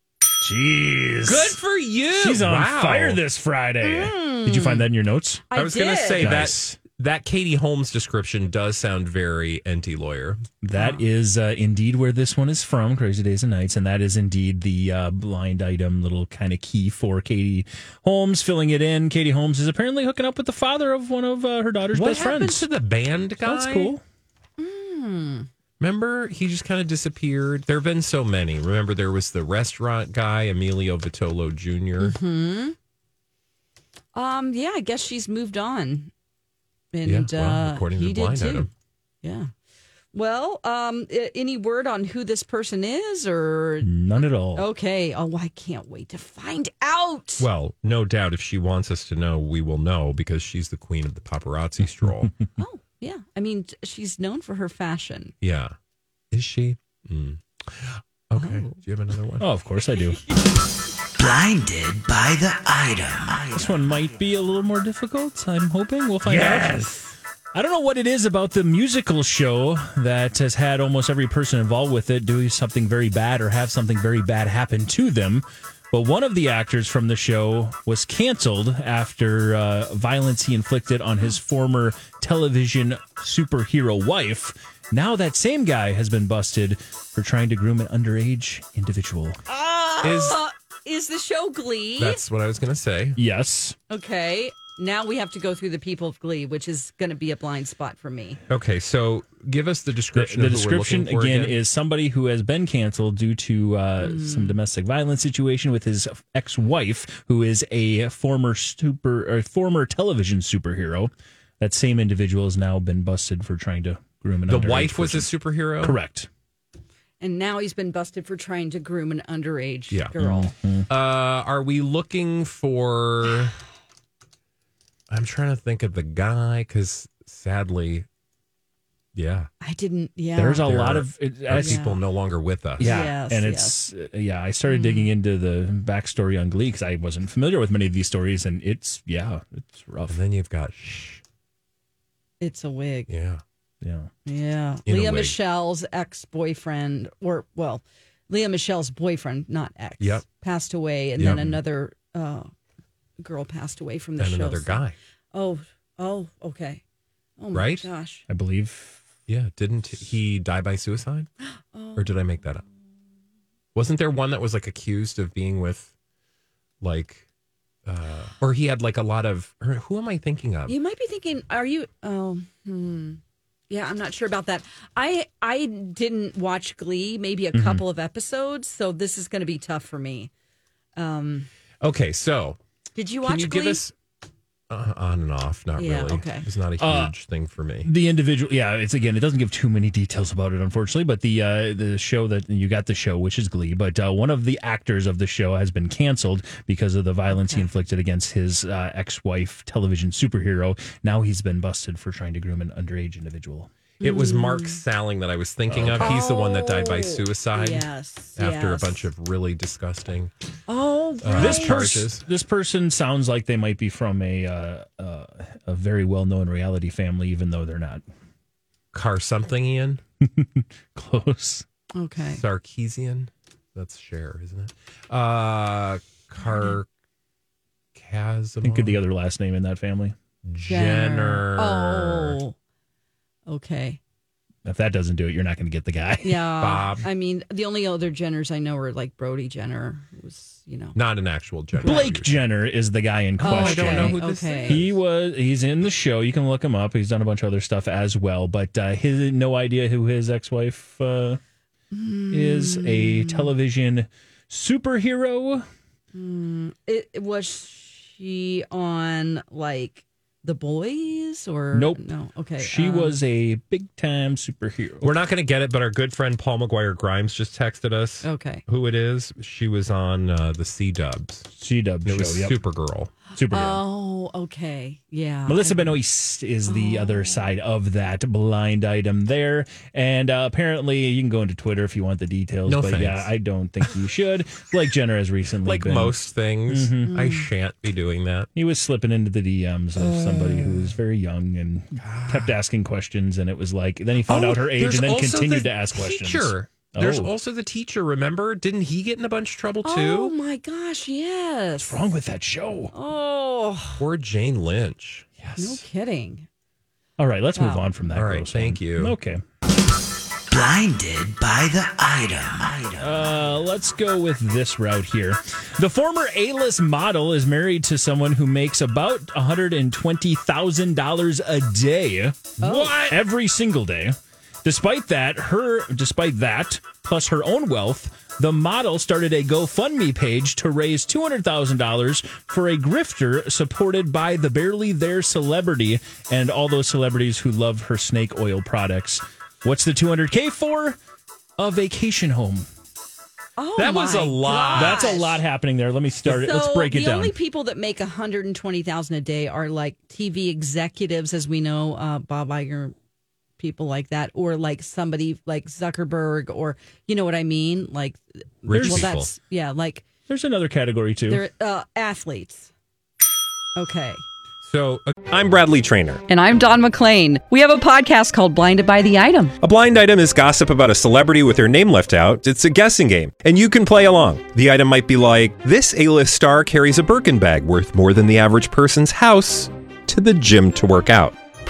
[SPEAKER 8] Jeez.
[SPEAKER 2] Good for you.
[SPEAKER 8] She's on
[SPEAKER 1] Wow.
[SPEAKER 8] fire this Friday. Did you find that in your notes?
[SPEAKER 1] I, was going to say
[SPEAKER 8] Nice.
[SPEAKER 1] that that Katie Holmes description does sound very anti lawyer.
[SPEAKER 8] That is uh, indeed where this one is from, Crazy Days and Nights, and that is indeed the uh, blind item little kind of key for Katie Holmes filling it in. Katie Holmes is apparently hooking up with the father of one of uh, her daughter's
[SPEAKER 1] What
[SPEAKER 8] best
[SPEAKER 1] happened
[SPEAKER 8] friends.
[SPEAKER 1] to the band guy?
[SPEAKER 8] That's cool.
[SPEAKER 1] Remember, he just kind of disappeared. There have been so many. Remember, there was the restaurant guy, Emilio Vitolo junior
[SPEAKER 2] Hmm. Um. Yeah. I guess she's moved on. And
[SPEAKER 1] yeah, well,
[SPEAKER 2] uh,
[SPEAKER 1] according to
[SPEAKER 2] he
[SPEAKER 1] the
[SPEAKER 2] did
[SPEAKER 1] blind
[SPEAKER 2] too.
[SPEAKER 1] item.
[SPEAKER 2] Yeah. Well, um, i- any word on who this person is, or
[SPEAKER 8] None at all.
[SPEAKER 2] okay? Oh, I can't wait to find out.
[SPEAKER 1] Well, no doubt if she wants us to know, we will know because she's the queen of the paparazzi stroll.
[SPEAKER 2] Oh, Yeah, I mean, t- she's known for her fashion.
[SPEAKER 1] yeah. Is she? Mm.
[SPEAKER 2] Oh.
[SPEAKER 1] Okay. Do you have another one?
[SPEAKER 8] Oh, of course I do.
[SPEAKER 10] Blinded by the item.
[SPEAKER 8] This one might be a little more difficult. I'm hoping we'll find out.
[SPEAKER 10] Yes.
[SPEAKER 8] I don't know what it is about the musical show that has had almost every person involved with it do something very bad or have something very bad happen to them. But one of the actors from the show was canceled after uh, violence he inflicted on his former television superhero wife. Now that same guy has been busted for trying to groom an underage individual.
[SPEAKER 2] Ah, is, the show Glee?
[SPEAKER 1] That's what I was going to say.
[SPEAKER 8] Yes.
[SPEAKER 2] okay. Now we have to go through the people of Glee, which is going to be a blind spot for me.
[SPEAKER 1] Okay. So give us the
[SPEAKER 8] The,
[SPEAKER 1] description.
[SPEAKER 8] the
[SPEAKER 1] of who we're
[SPEAKER 8] description
[SPEAKER 1] looking for
[SPEAKER 8] again, is somebody who has been canceled due to uh,
[SPEAKER 2] Hmm.
[SPEAKER 8] some domestic violence situation with his ex-wife, who is a former super or former television superhero. That same individual has now been busted for trying to groom an
[SPEAKER 1] The
[SPEAKER 8] underage
[SPEAKER 1] wife was a
[SPEAKER 8] person.
[SPEAKER 1] superhero?
[SPEAKER 8] Correct.
[SPEAKER 2] And now he's been busted for trying to groom an underage
[SPEAKER 1] Yeah.
[SPEAKER 2] girl.
[SPEAKER 1] Uh, are we looking for? I'm trying to think of the guy because sadly, yeah,
[SPEAKER 2] I didn't. Yeah.
[SPEAKER 8] There's a
[SPEAKER 1] There
[SPEAKER 8] lot
[SPEAKER 1] are-
[SPEAKER 8] of it-
[SPEAKER 1] are
[SPEAKER 8] I-
[SPEAKER 1] people no longer with us.
[SPEAKER 8] Yeah,
[SPEAKER 2] Yes, Hmm.
[SPEAKER 8] and it's uh, yeah. I started digging into the backstory on Glee because I wasn't familiar with many of these stories, and it's yeah, it's rough.
[SPEAKER 1] And then you've got shh,
[SPEAKER 2] It's a wig.
[SPEAKER 1] yeah,
[SPEAKER 8] yeah.
[SPEAKER 2] Yeah.
[SPEAKER 1] In a
[SPEAKER 2] Leah
[SPEAKER 1] wig.
[SPEAKER 2] Michelle's ex boyfriend, or, well, Leah Michelle's boyfriend, not ex,
[SPEAKER 1] Yep.
[SPEAKER 2] passed away. And
[SPEAKER 1] Yep.
[SPEAKER 2] then another uh, girl passed away from the
[SPEAKER 1] and
[SPEAKER 2] show.
[SPEAKER 1] another guy,
[SPEAKER 2] Oh, oh, okay. Oh, my
[SPEAKER 1] Right?
[SPEAKER 2] gosh.
[SPEAKER 8] I believe.
[SPEAKER 1] yeah. Didn't he die by suicide, or did I make that up? Wasn't there one that was like accused of being with, like, uh, or he had like a lot of? Or who am I thinking of?
[SPEAKER 2] You might be thinking, are you? Oh, hmm. yeah, I'm not sure about that. I I didn't watch Glee, maybe
[SPEAKER 1] Mm-hmm.
[SPEAKER 2] a couple of episodes, so this is going to be tough for me. Um,
[SPEAKER 1] Okay, so
[SPEAKER 2] did you
[SPEAKER 1] Can
[SPEAKER 2] watch
[SPEAKER 1] you
[SPEAKER 2] Glee?
[SPEAKER 1] give us uh, on and off? Not
[SPEAKER 2] Yeah,
[SPEAKER 1] really.
[SPEAKER 2] okay.
[SPEAKER 1] It's not a huge
[SPEAKER 8] Uh,
[SPEAKER 1] thing for me.
[SPEAKER 8] The individual, yeah, it's again, it doesn't give too many details about it, unfortunately. But the uh, the show that you got the show, which is Glee, but uh, one of the actors of the show has been canceled because of the violence he inflicted against his uh, ex wife, television superhero. Now he's been busted for trying to groom an underage individual.
[SPEAKER 1] It was
[SPEAKER 2] Mm.
[SPEAKER 1] Mark Salling that I was thinking of. He's the one that died by suicide
[SPEAKER 2] Oh, Yes,
[SPEAKER 1] after
[SPEAKER 2] yes.
[SPEAKER 1] a bunch of really disgusting.
[SPEAKER 2] Oh,
[SPEAKER 1] Uh,
[SPEAKER 2] right.
[SPEAKER 8] This
[SPEAKER 1] Charges.
[SPEAKER 8] person, this person sounds like they might be from a uh, uh, a very well known reality family, even though they're not
[SPEAKER 1] Car something Ian
[SPEAKER 8] close.
[SPEAKER 2] okay.
[SPEAKER 1] Sarkeesian. That's Cher, isn't it? Uh, Car.
[SPEAKER 2] Mm-hmm.
[SPEAKER 1] Kazimov.
[SPEAKER 8] Think of the other last name in that family.
[SPEAKER 1] Jenner.
[SPEAKER 2] Oh, okay.
[SPEAKER 8] If that doesn't do it, you're not going to get the guy.
[SPEAKER 2] Yeah. I mean, the only other Jenners I know are like Brody Jenner, who's, you know.
[SPEAKER 1] Not an actual Jenner.
[SPEAKER 8] Blake Jenner is the guy in
[SPEAKER 2] Oh, I don't
[SPEAKER 8] question.
[SPEAKER 2] know who this Okay. is.
[SPEAKER 8] He was. He's in the show. You can look him up. He's done a bunch of other stuff as well. But uh, his no idea who his ex-wife uh, is.
[SPEAKER 1] Hmm.
[SPEAKER 8] A television superhero.
[SPEAKER 2] Mm, it, it- was she on like The Boys or
[SPEAKER 8] Nope.
[SPEAKER 2] No. Okay.
[SPEAKER 8] She
[SPEAKER 1] uh,
[SPEAKER 2] um,
[SPEAKER 8] was a big time superhero.
[SPEAKER 1] We're not going to get it, but our good friend Paul McGuire Grimes just texted us.
[SPEAKER 2] Okay.
[SPEAKER 1] Who it is? She was on uh, the C Dubs.
[SPEAKER 8] C Dubs
[SPEAKER 1] It was
[SPEAKER 8] show, yep.
[SPEAKER 1] Supergirl.
[SPEAKER 2] Oh, okay. Yeah.
[SPEAKER 8] Melissa Benoist is the
[SPEAKER 1] Oh.
[SPEAKER 8] other side of that blind item there. And uh, apparently, you can go into Twitter if you want the details.
[SPEAKER 1] No
[SPEAKER 8] but yeah,
[SPEAKER 1] thanks.
[SPEAKER 8] I don't think you should. Blake Jenner has recently
[SPEAKER 1] Like
[SPEAKER 8] been-
[SPEAKER 1] most things,
[SPEAKER 8] Mhm.
[SPEAKER 1] I shan't be doing that.
[SPEAKER 8] He was slipping into the DMs of somebody who
[SPEAKER 1] Uh.
[SPEAKER 8] was very young and kept asking questions. And it was like, then he found
[SPEAKER 1] Ah. Oh,
[SPEAKER 8] out her age
[SPEAKER 1] there's
[SPEAKER 8] and then
[SPEAKER 1] also
[SPEAKER 8] continued
[SPEAKER 1] the
[SPEAKER 8] to ask questions.
[SPEAKER 1] Teacher. There's
[SPEAKER 8] Oh.
[SPEAKER 1] also the teacher. Remember? Didn't he get in a bunch of trouble
[SPEAKER 2] Oh
[SPEAKER 1] too?
[SPEAKER 2] my gosh! Yes. What's
[SPEAKER 8] wrong with that show?
[SPEAKER 2] Oh,
[SPEAKER 1] Poor Jane Lynch.
[SPEAKER 2] no kidding.
[SPEAKER 8] All right, let's move
[SPEAKER 2] Wow.
[SPEAKER 8] on from that.
[SPEAKER 1] All right,
[SPEAKER 8] gross
[SPEAKER 1] thank
[SPEAKER 8] one.
[SPEAKER 1] you.
[SPEAKER 8] Okay.
[SPEAKER 10] Blinded by the item.
[SPEAKER 8] Uh, let's go with this route here. The former A-list model is married to someone who makes about one hundred and twenty thousand dollars a day. What? Every single day. Despite that, her despite that, plus her own wealth, the model started a GoFundMe page to raise two hundred thousand dollars for a grifter supported by the barely there celebrity and all those celebrities who love her snake oil products. What's the two hundred k for? A vacation home.
[SPEAKER 2] Oh,
[SPEAKER 1] That was
[SPEAKER 2] my
[SPEAKER 1] a lot.
[SPEAKER 2] gosh.
[SPEAKER 8] That's a lot happening there. Let me start it. Let's
[SPEAKER 2] So
[SPEAKER 8] break it
[SPEAKER 2] the
[SPEAKER 8] down.
[SPEAKER 2] only people that make 120,000 a day are like TV executives as we know uh, Bob Iger people like that or like somebody like Zuckerberg or you know what I mean like
[SPEAKER 8] Rich
[SPEAKER 2] well
[SPEAKER 8] people.
[SPEAKER 2] that's yeah like
[SPEAKER 8] There's another category too.
[SPEAKER 2] they're uh, athletes. Okay.
[SPEAKER 1] So uh, I'm Bradley Trainer.
[SPEAKER 2] And I'm Don McClain. We have a podcast called Blinded by the Item.
[SPEAKER 1] A blind item is gossip about a celebrity with their name left out. It's a guessing game, and you can play along. The item might be like this A list star carries a Birkin bag worth more than the average person's house to the gym to work out.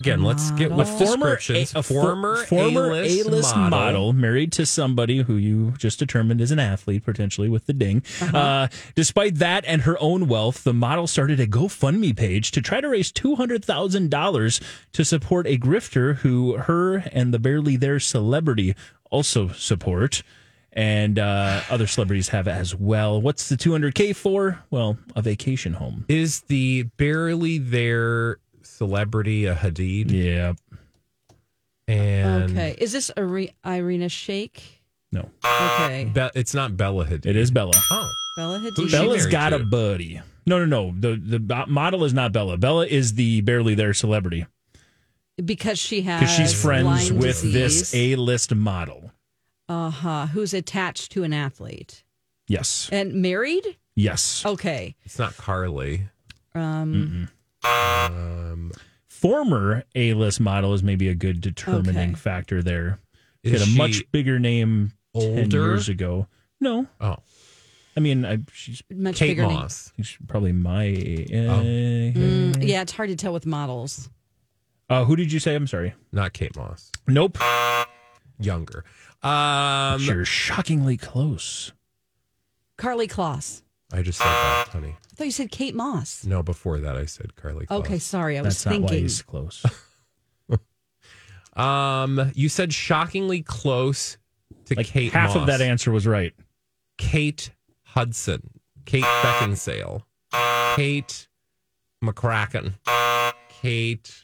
[SPEAKER 1] Again, let's get with
[SPEAKER 8] former
[SPEAKER 1] descriptions.
[SPEAKER 8] a- a for-
[SPEAKER 1] former,
[SPEAKER 8] former
[SPEAKER 1] A-list,
[SPEAKER 8] A-list
[SPEAKER 1] model.
[SPEAKER 8] model. married to somebody who you just determined is an athlete potentially with the ding. uh despite that and her own wealth, the model started a GoFundMe page to try to raise two hundred thousand dollars to support a grifter who her and the barely there celebrity also support. And uh, other celebrities have as well. What's the 200K for? Well, a vacation home.
[SPEAKER 1] Is the barely there celebrity a Hadid?
[SPEAKER 8] Yeah.
[SPEAKER 1] And
[SPEAKER 2] Okay, is this Ire- Irina Shake?
[SPEAKER 8] No.
[SPEAKER 2] Okay,
[SPEAKER 1] Be- it's not Bella Hadid.
[SPEAKER 8] It is Bella.
[SPEAKER 1] Oh.
[SPEAKER 2] Bella Hadid.
[SPEAKER 1] Who's she
[SPEAKER 8] Bella's
[SPEAKER 1] married
[SPEAKER 8] got
[SPEAKER 1] to?
[SPEAKER 8] a buddy. No, no, no. The the bo- model is not Bella. Bella is the barely there celebrity
[SPEAKER 2] because she has
[SPEAKER 8] because she's friends
[SPEAKER 2] Lyme
[SPEAKER 8] with this
[SPEAKER 2] disease.
[SPEAKER 8] A list model.
[SPEAKER 2] uh-huh, who's attached to an athlete
[SPEAKER 8] Yes,
[SPEAKER 2] and married.
[SPEAKER 8] yes.
[SPEAKER 2] Okay,
[SPEAKER 1] It's not Carly.
[SPEAKER 2] um,
[SPEAKER 1] Um,
[SPEAKER 8] Former A list model is maybe a good determining
[SPEAKER 2] Okay.
[SPEAKER 8] factor there. She
[SPEAKER 1] Is
[SPEAKER 8] had a
[SPEAKER 1] she
[SPEAKER 8] much bigger name ten
[SPEAKER 1] older?
[SPEAKER 8] years ago. No,
[SPEAKER 1] oh,
[SPEAKER 8] I mean I, she's
[SPEAKER 2] much
[SPEAKER 1] Kate
[SPEAKER 2] bigger. name.
[SPEAKER 1] Moss.
[SPEAKER 8] she's probably
[SPEAKER 1] Oh.
[SPEAKER 8] my. Uh,
[SPEAKER 2] Mm, yeah, it's hard to tell with models.
[SPEAKER 8] uh, who did you say? I'm sorry.
[SPEAKER 1] Not Kate Moss.
[SPEAKER 8] Nope.
[SPEAKER 1] Younger. Um,
[SPEAKER 8] You're shockingly close.
[SPEAKER 2] Carly Kloss.
[SPEAKER 1] I just said that, honey.
[SPEAKER 2] I thought you said Kate Moss.
[SPEAKER 1] No, before that I said Carly. Kloss.
[SPEAKER 2] Okay, sorry, I was
[SPEAKER 8] That's not why
[SPEAKER 2] thinking.
[SPEAKER 8] he's close.
[SPEAKER 1] Um, you said shockingly close to
[SPEAKER 8] like
[SPEAKER 1] Kate.
[SPEAKER 8] half of
[SPEAKER 1] Moss.
[SPEAKER 8] that answer was right.
[SPEAKER 1] Kate Hudson, Kate Beckinsale, Kate McCracken, Kate.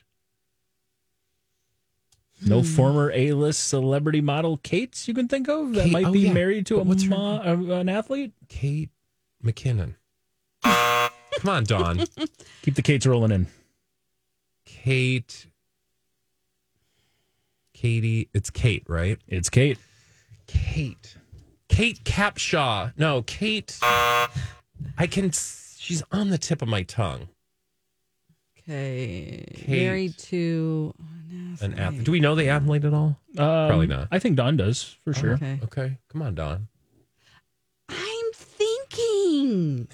[SPEAKER 2] Hmm.
[SPEAKER 8] No former A-list celebrity model Kates you can think of that
[SPEAKER 1] Kate-
[SPEAKER 8] might
[SPEAKER 1] oh,
[SPEAKER 8] be
[SPEAKER 1] yeah.
[SPEAKER 8] married to
[SPEAKER 1] But
[SPEAKER 8] a
[SPEAKER 1] what's her
[SPEAKER 8] mo- uh, an athlete.
[SPEAKER 1] Kate McKinnon. Come on, Don.
[SPEAKER 8] Keep the Kates rolling in.
[SPEAKER 1] Kate. Katie. It's Kate, right?
[SPEAKER 8] It's Kate.
[SPEAKER 1] Kate. Kate Capshaw. No, Kate. I can. She's on the tip of my tongue.
[SPEAKER 2] Okay.
[SPEAKER 1] Kate.
[SPEAKER 2] Married to oh, no,
[SPEAKER 1] An
[SPEAKER 2] sorry.
[SPEAKER 1] athlete. Do we know the athlete at all? Probably not.
[SPEAKER 8] Um, I think Don does for sure.
[SPEAKER 2] Okay.
[SPEAKER 1] Okay. Come on, Don.
[SPEAKER 2] I'm thinking.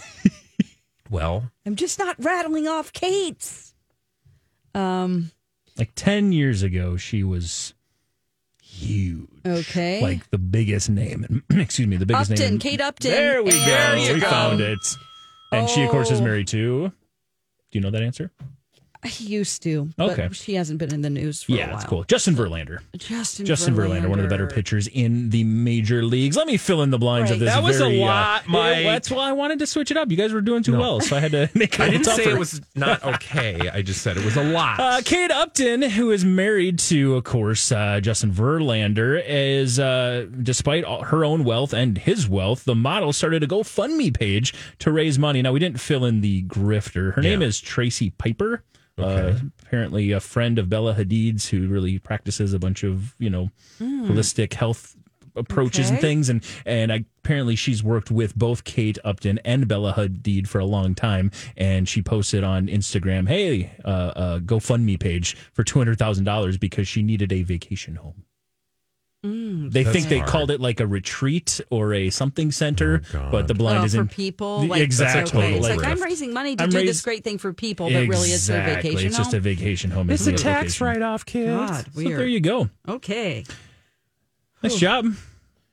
[SPEAKER 1] Well,
[SPEAKER 2] I'm just not rattling off Kate's. Um.
[SPEAKER 8] Like 10 years ago, she was huge.
[SPEAKER 2] Okay.
[SPEAKER 8] Like the biggest name. In, excuse me, the biggest
[SPEAKER 2] Upton,
[SPEAKER 8] name. in-
[SPEAKER 2] Kate Upton.
[SPEAKER 8] There we
[SPEAKER 2] There
[SPEAKER 8] go.
[SPEAKER 2] you
[SPEAKER 8] We
[SPEAKER 2] go.
[SPEAKER 8] found it. And she, of course, is
[SPEAKER 2] Oh.
[SPEAKER 8] married to. Do you know that answer?
[SPEAKER 2] I used to.
[SPEAKER 8] Okay.
[SPEAKER 2] But she hasn't been in the news for a
[SPEAKER 8] Yeah,
[SPEAKER 2] while.
[SPEAKER 8] that's cool. Justin Verlander.
[SPEAKER 2] Justin,
[SPEAKER 8] Justin Verlander, one of the better pitchers in the major leagues. Let me fill in the blinds of
[SPEAKER 1] Right.
[SPEAKER 8] this.
[SPEAKER 1] That was a
[SPEAKER 8] very, uh,
[SPEAKER 1] lot, Mike.
[SPEAKER 8] That's why I wanted to switch it up. You guys were doing too
[SPEAKER 1] No.
[SPEAKER 8] well, so I had to make it. a
[SPEAKER 1] I didn't
[SPEAKER 8] little
[SPEAKER 1] say
[SPEAKER 8] tougher.
[SPEAKER 1] it was not okay. I just said it was a lot.
[SPEAKER 8] Uh, Kate Upton, who is married to, of course, uh, Justin Verlander, is, uh, despite all, her own wealth and his wealth, the model started a GoFundMe page to raise money. Now, we didn't fill in the grifter. Her name is Tracy Piper. Uh, apparently, a friend of Bella Hadid's who really practices a bunch of, you know,
[SPEAKER 2] Hmm.
[SPEAKER 11] Mm.
[SPEAKER 8] holistic health approaches and
[SPEAKER 11] Okay.
[SPEAKER 8] things and and apparently she's worked with both Kate Upton and Bella Hadid for a long time and she posted on Instagram hey uh, uh GoFundMe page for $200,000 because she needed a vacation home
[SPEAKER 2] Mm,
[SPEAKER 8] they think they
[SPEAKER 2] okay.
[SPEAKER 8] called it like a retreat or a something center but the blind
[SPEAKER 2] Oh,
[SPEAKER 8] is
[SPEAKER 2] for
[SPEAKER 8] in
[SPEAKER 2] people.
[SPEAKER 8] The-
[SPEAKER 2] Like,
[SPEAKER 8] exactly
[SPEAKER 2] okay. It's like, I'm raising money to
[SPEAKER 8] I'm
[SPEAKER 2] do this
[SPEAKER 8] raised-
[SPEAKER 2] great thing for people, but really it's for
[SPEAKER 8] Exactly.
[SPEAKER 2] vacation.
[SPEAKER 8] it's just a
[SPEAKER 2] home?
[SPEAKER 8] vacation home
[SPEAKER 1] It's a
[SPEAKER 8] isn't it?
[SPEAKER 1] tax
[SPEAKER 8] vacation.
[SPEAKER 1] write-off, kids.
[SPEAKER 2] God,
[SPEAKER 8] so
[SPEAKER 2] weird.
[SPEAKER 8] there you go
[SPEAKER 2] Okay.
[SPEAKER 8] nice job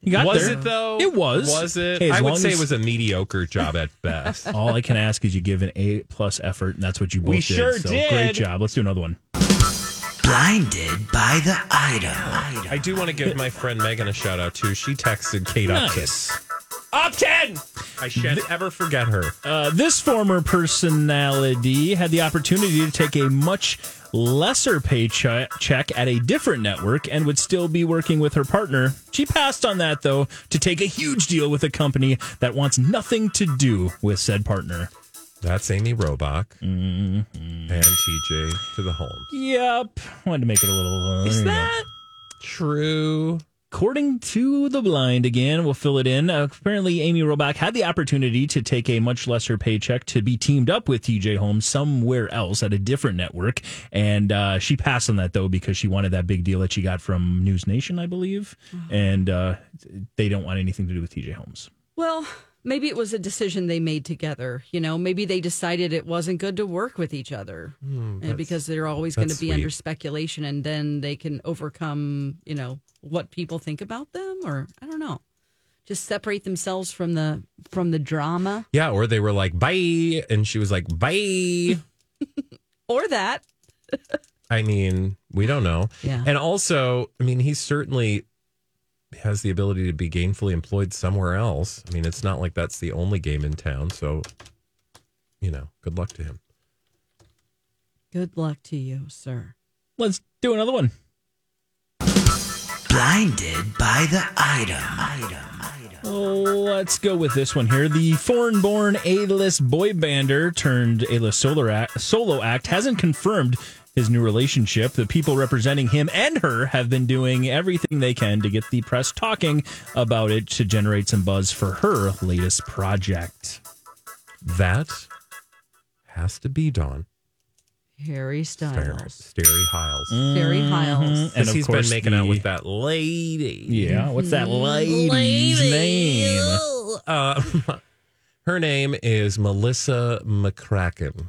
[SPEAKER 8] you got
[SPEAKER 1] was
[SPEAKER 8] there.
[SPEAKER 1] it though?
[SPEAKER 8] it was
[SPEAKER 1] Was it?
[SPEAKER 8] Hey, as
[SPEAKER 1] I would
[SPEAKER 8] long
[SPEAKER 1] say
[SPEAKER 8] as-
[SPEAKER 1] it was a mediocre job at best.
[SPEAKER 8] All I can ask is you give an A plus effort, and that's what you both
[SPEAKER 1] We
[SPEAKER 8] did.
[SPEAKER 1] sure
[SPEAKER 8] so
[SPEAKER 1] did.
[SPEAKER 8] Great job. Let's do another one.
[SPEAKER 10] Blinded by the item.
[SPEAKER 1] I do want to give my friend Megan a shout out too. She texted Kate
[SPEAKER 8] Nice.
[SPEAKER 1] Upton. Upton. I shan't ever forget her.
[SPEAKER 8] Uh, this former personality had the opportunity to take a much lesser paycheck check at a different network and would still be working with her partner. She passed on that though to take a huge deal with a company that wants nothing to do with said partner.
[SPEAKER 1] That's Amy Robach
[SPEAKER 8] Mm.
[SPEAKER 1] and TJ to the Holmes.
[SPEAKER 8] Yep. Wanted to make it a little. Uh,
[SPEAKER 1] Is
[SPEAKER 8] you know.
[SPEAKER 1] that true?
[SPEAKER 8] According to The Blind, again, we'll fill it in. Uh, apparently, Amy Robach had the opportunity to take a much lesser paycheck to be teamed up with TJ Holmes somewhere else at a different network. And uh, she passed on that, though, because she wanted that big deal that she got from News Nation, I believe. And uh, they don't want anything to do with TJ Holmes.
[SPEAKER 2] Well, maybe it was a decision they made together. You know, maybe they decided it wasn't good to work with each other
[SPEAKER 1] Hmm,
[SPEAKER 2] and
[SPEAKER 1] that's-
[SPEAKER 2] because they're always going to
[SPEAKER 1] that's
[SPEAKER 2] be
[SPEAKER 1] sweet.
[SPEAKER 2] under speculation and then they can overcome, you know, what people think about them or I don't know. Just separate themselves from the from the drama
[SPEAKER 1] Yeah, or they were like bye, and she was like bye.
[SPEAKER 2] or that.
[SPEAKER 1] I mean, we don't know.
[SPEAKER 2] Yeah.
[SPEAKER 1] And also, I mean, he certainly has the ability to be gainfully employed somewhere else. I mean, it's not like that's the only game in town. So, you know, good luck to him.
[SPEAKER 2] Good luck to you, sir.
[SPEAKER 8] Let's do another one.
[SPEAKER 10] Blinded by the item.
[SPEAKER 8] Let's go with this one here. The foreign born A list boy bander turned A list solo act, solo act hasn't confirmed his new relationship. The people representing him and her have been doing everything they can to get the press talking about it to generate some buzz for her latest project.
[SPEAKER 1] That has to be Don
[SPEAKER 2] Harry Styles.
[SPEAKER 1] Sterry Hiles.
[SPEAKER 2] Terry
[SPEAKER 1] Mm-hmm.
[SPEAKER 2] Hiles.
[SPEAKER 8] Mm. And
[SPEAKER 1] And
[SPEAKER 8] of
[SPEAKER 1] he's
[SPEAKER 8] course
[SPEAKER 1] been making out
[SPEAKER 8] the-
[SPEAKER 1] with that lady.
[SPEAKER 8] Yeah, what's that lady's name?
[SPEAKER 1] Uh, her name is Melissa McCracken.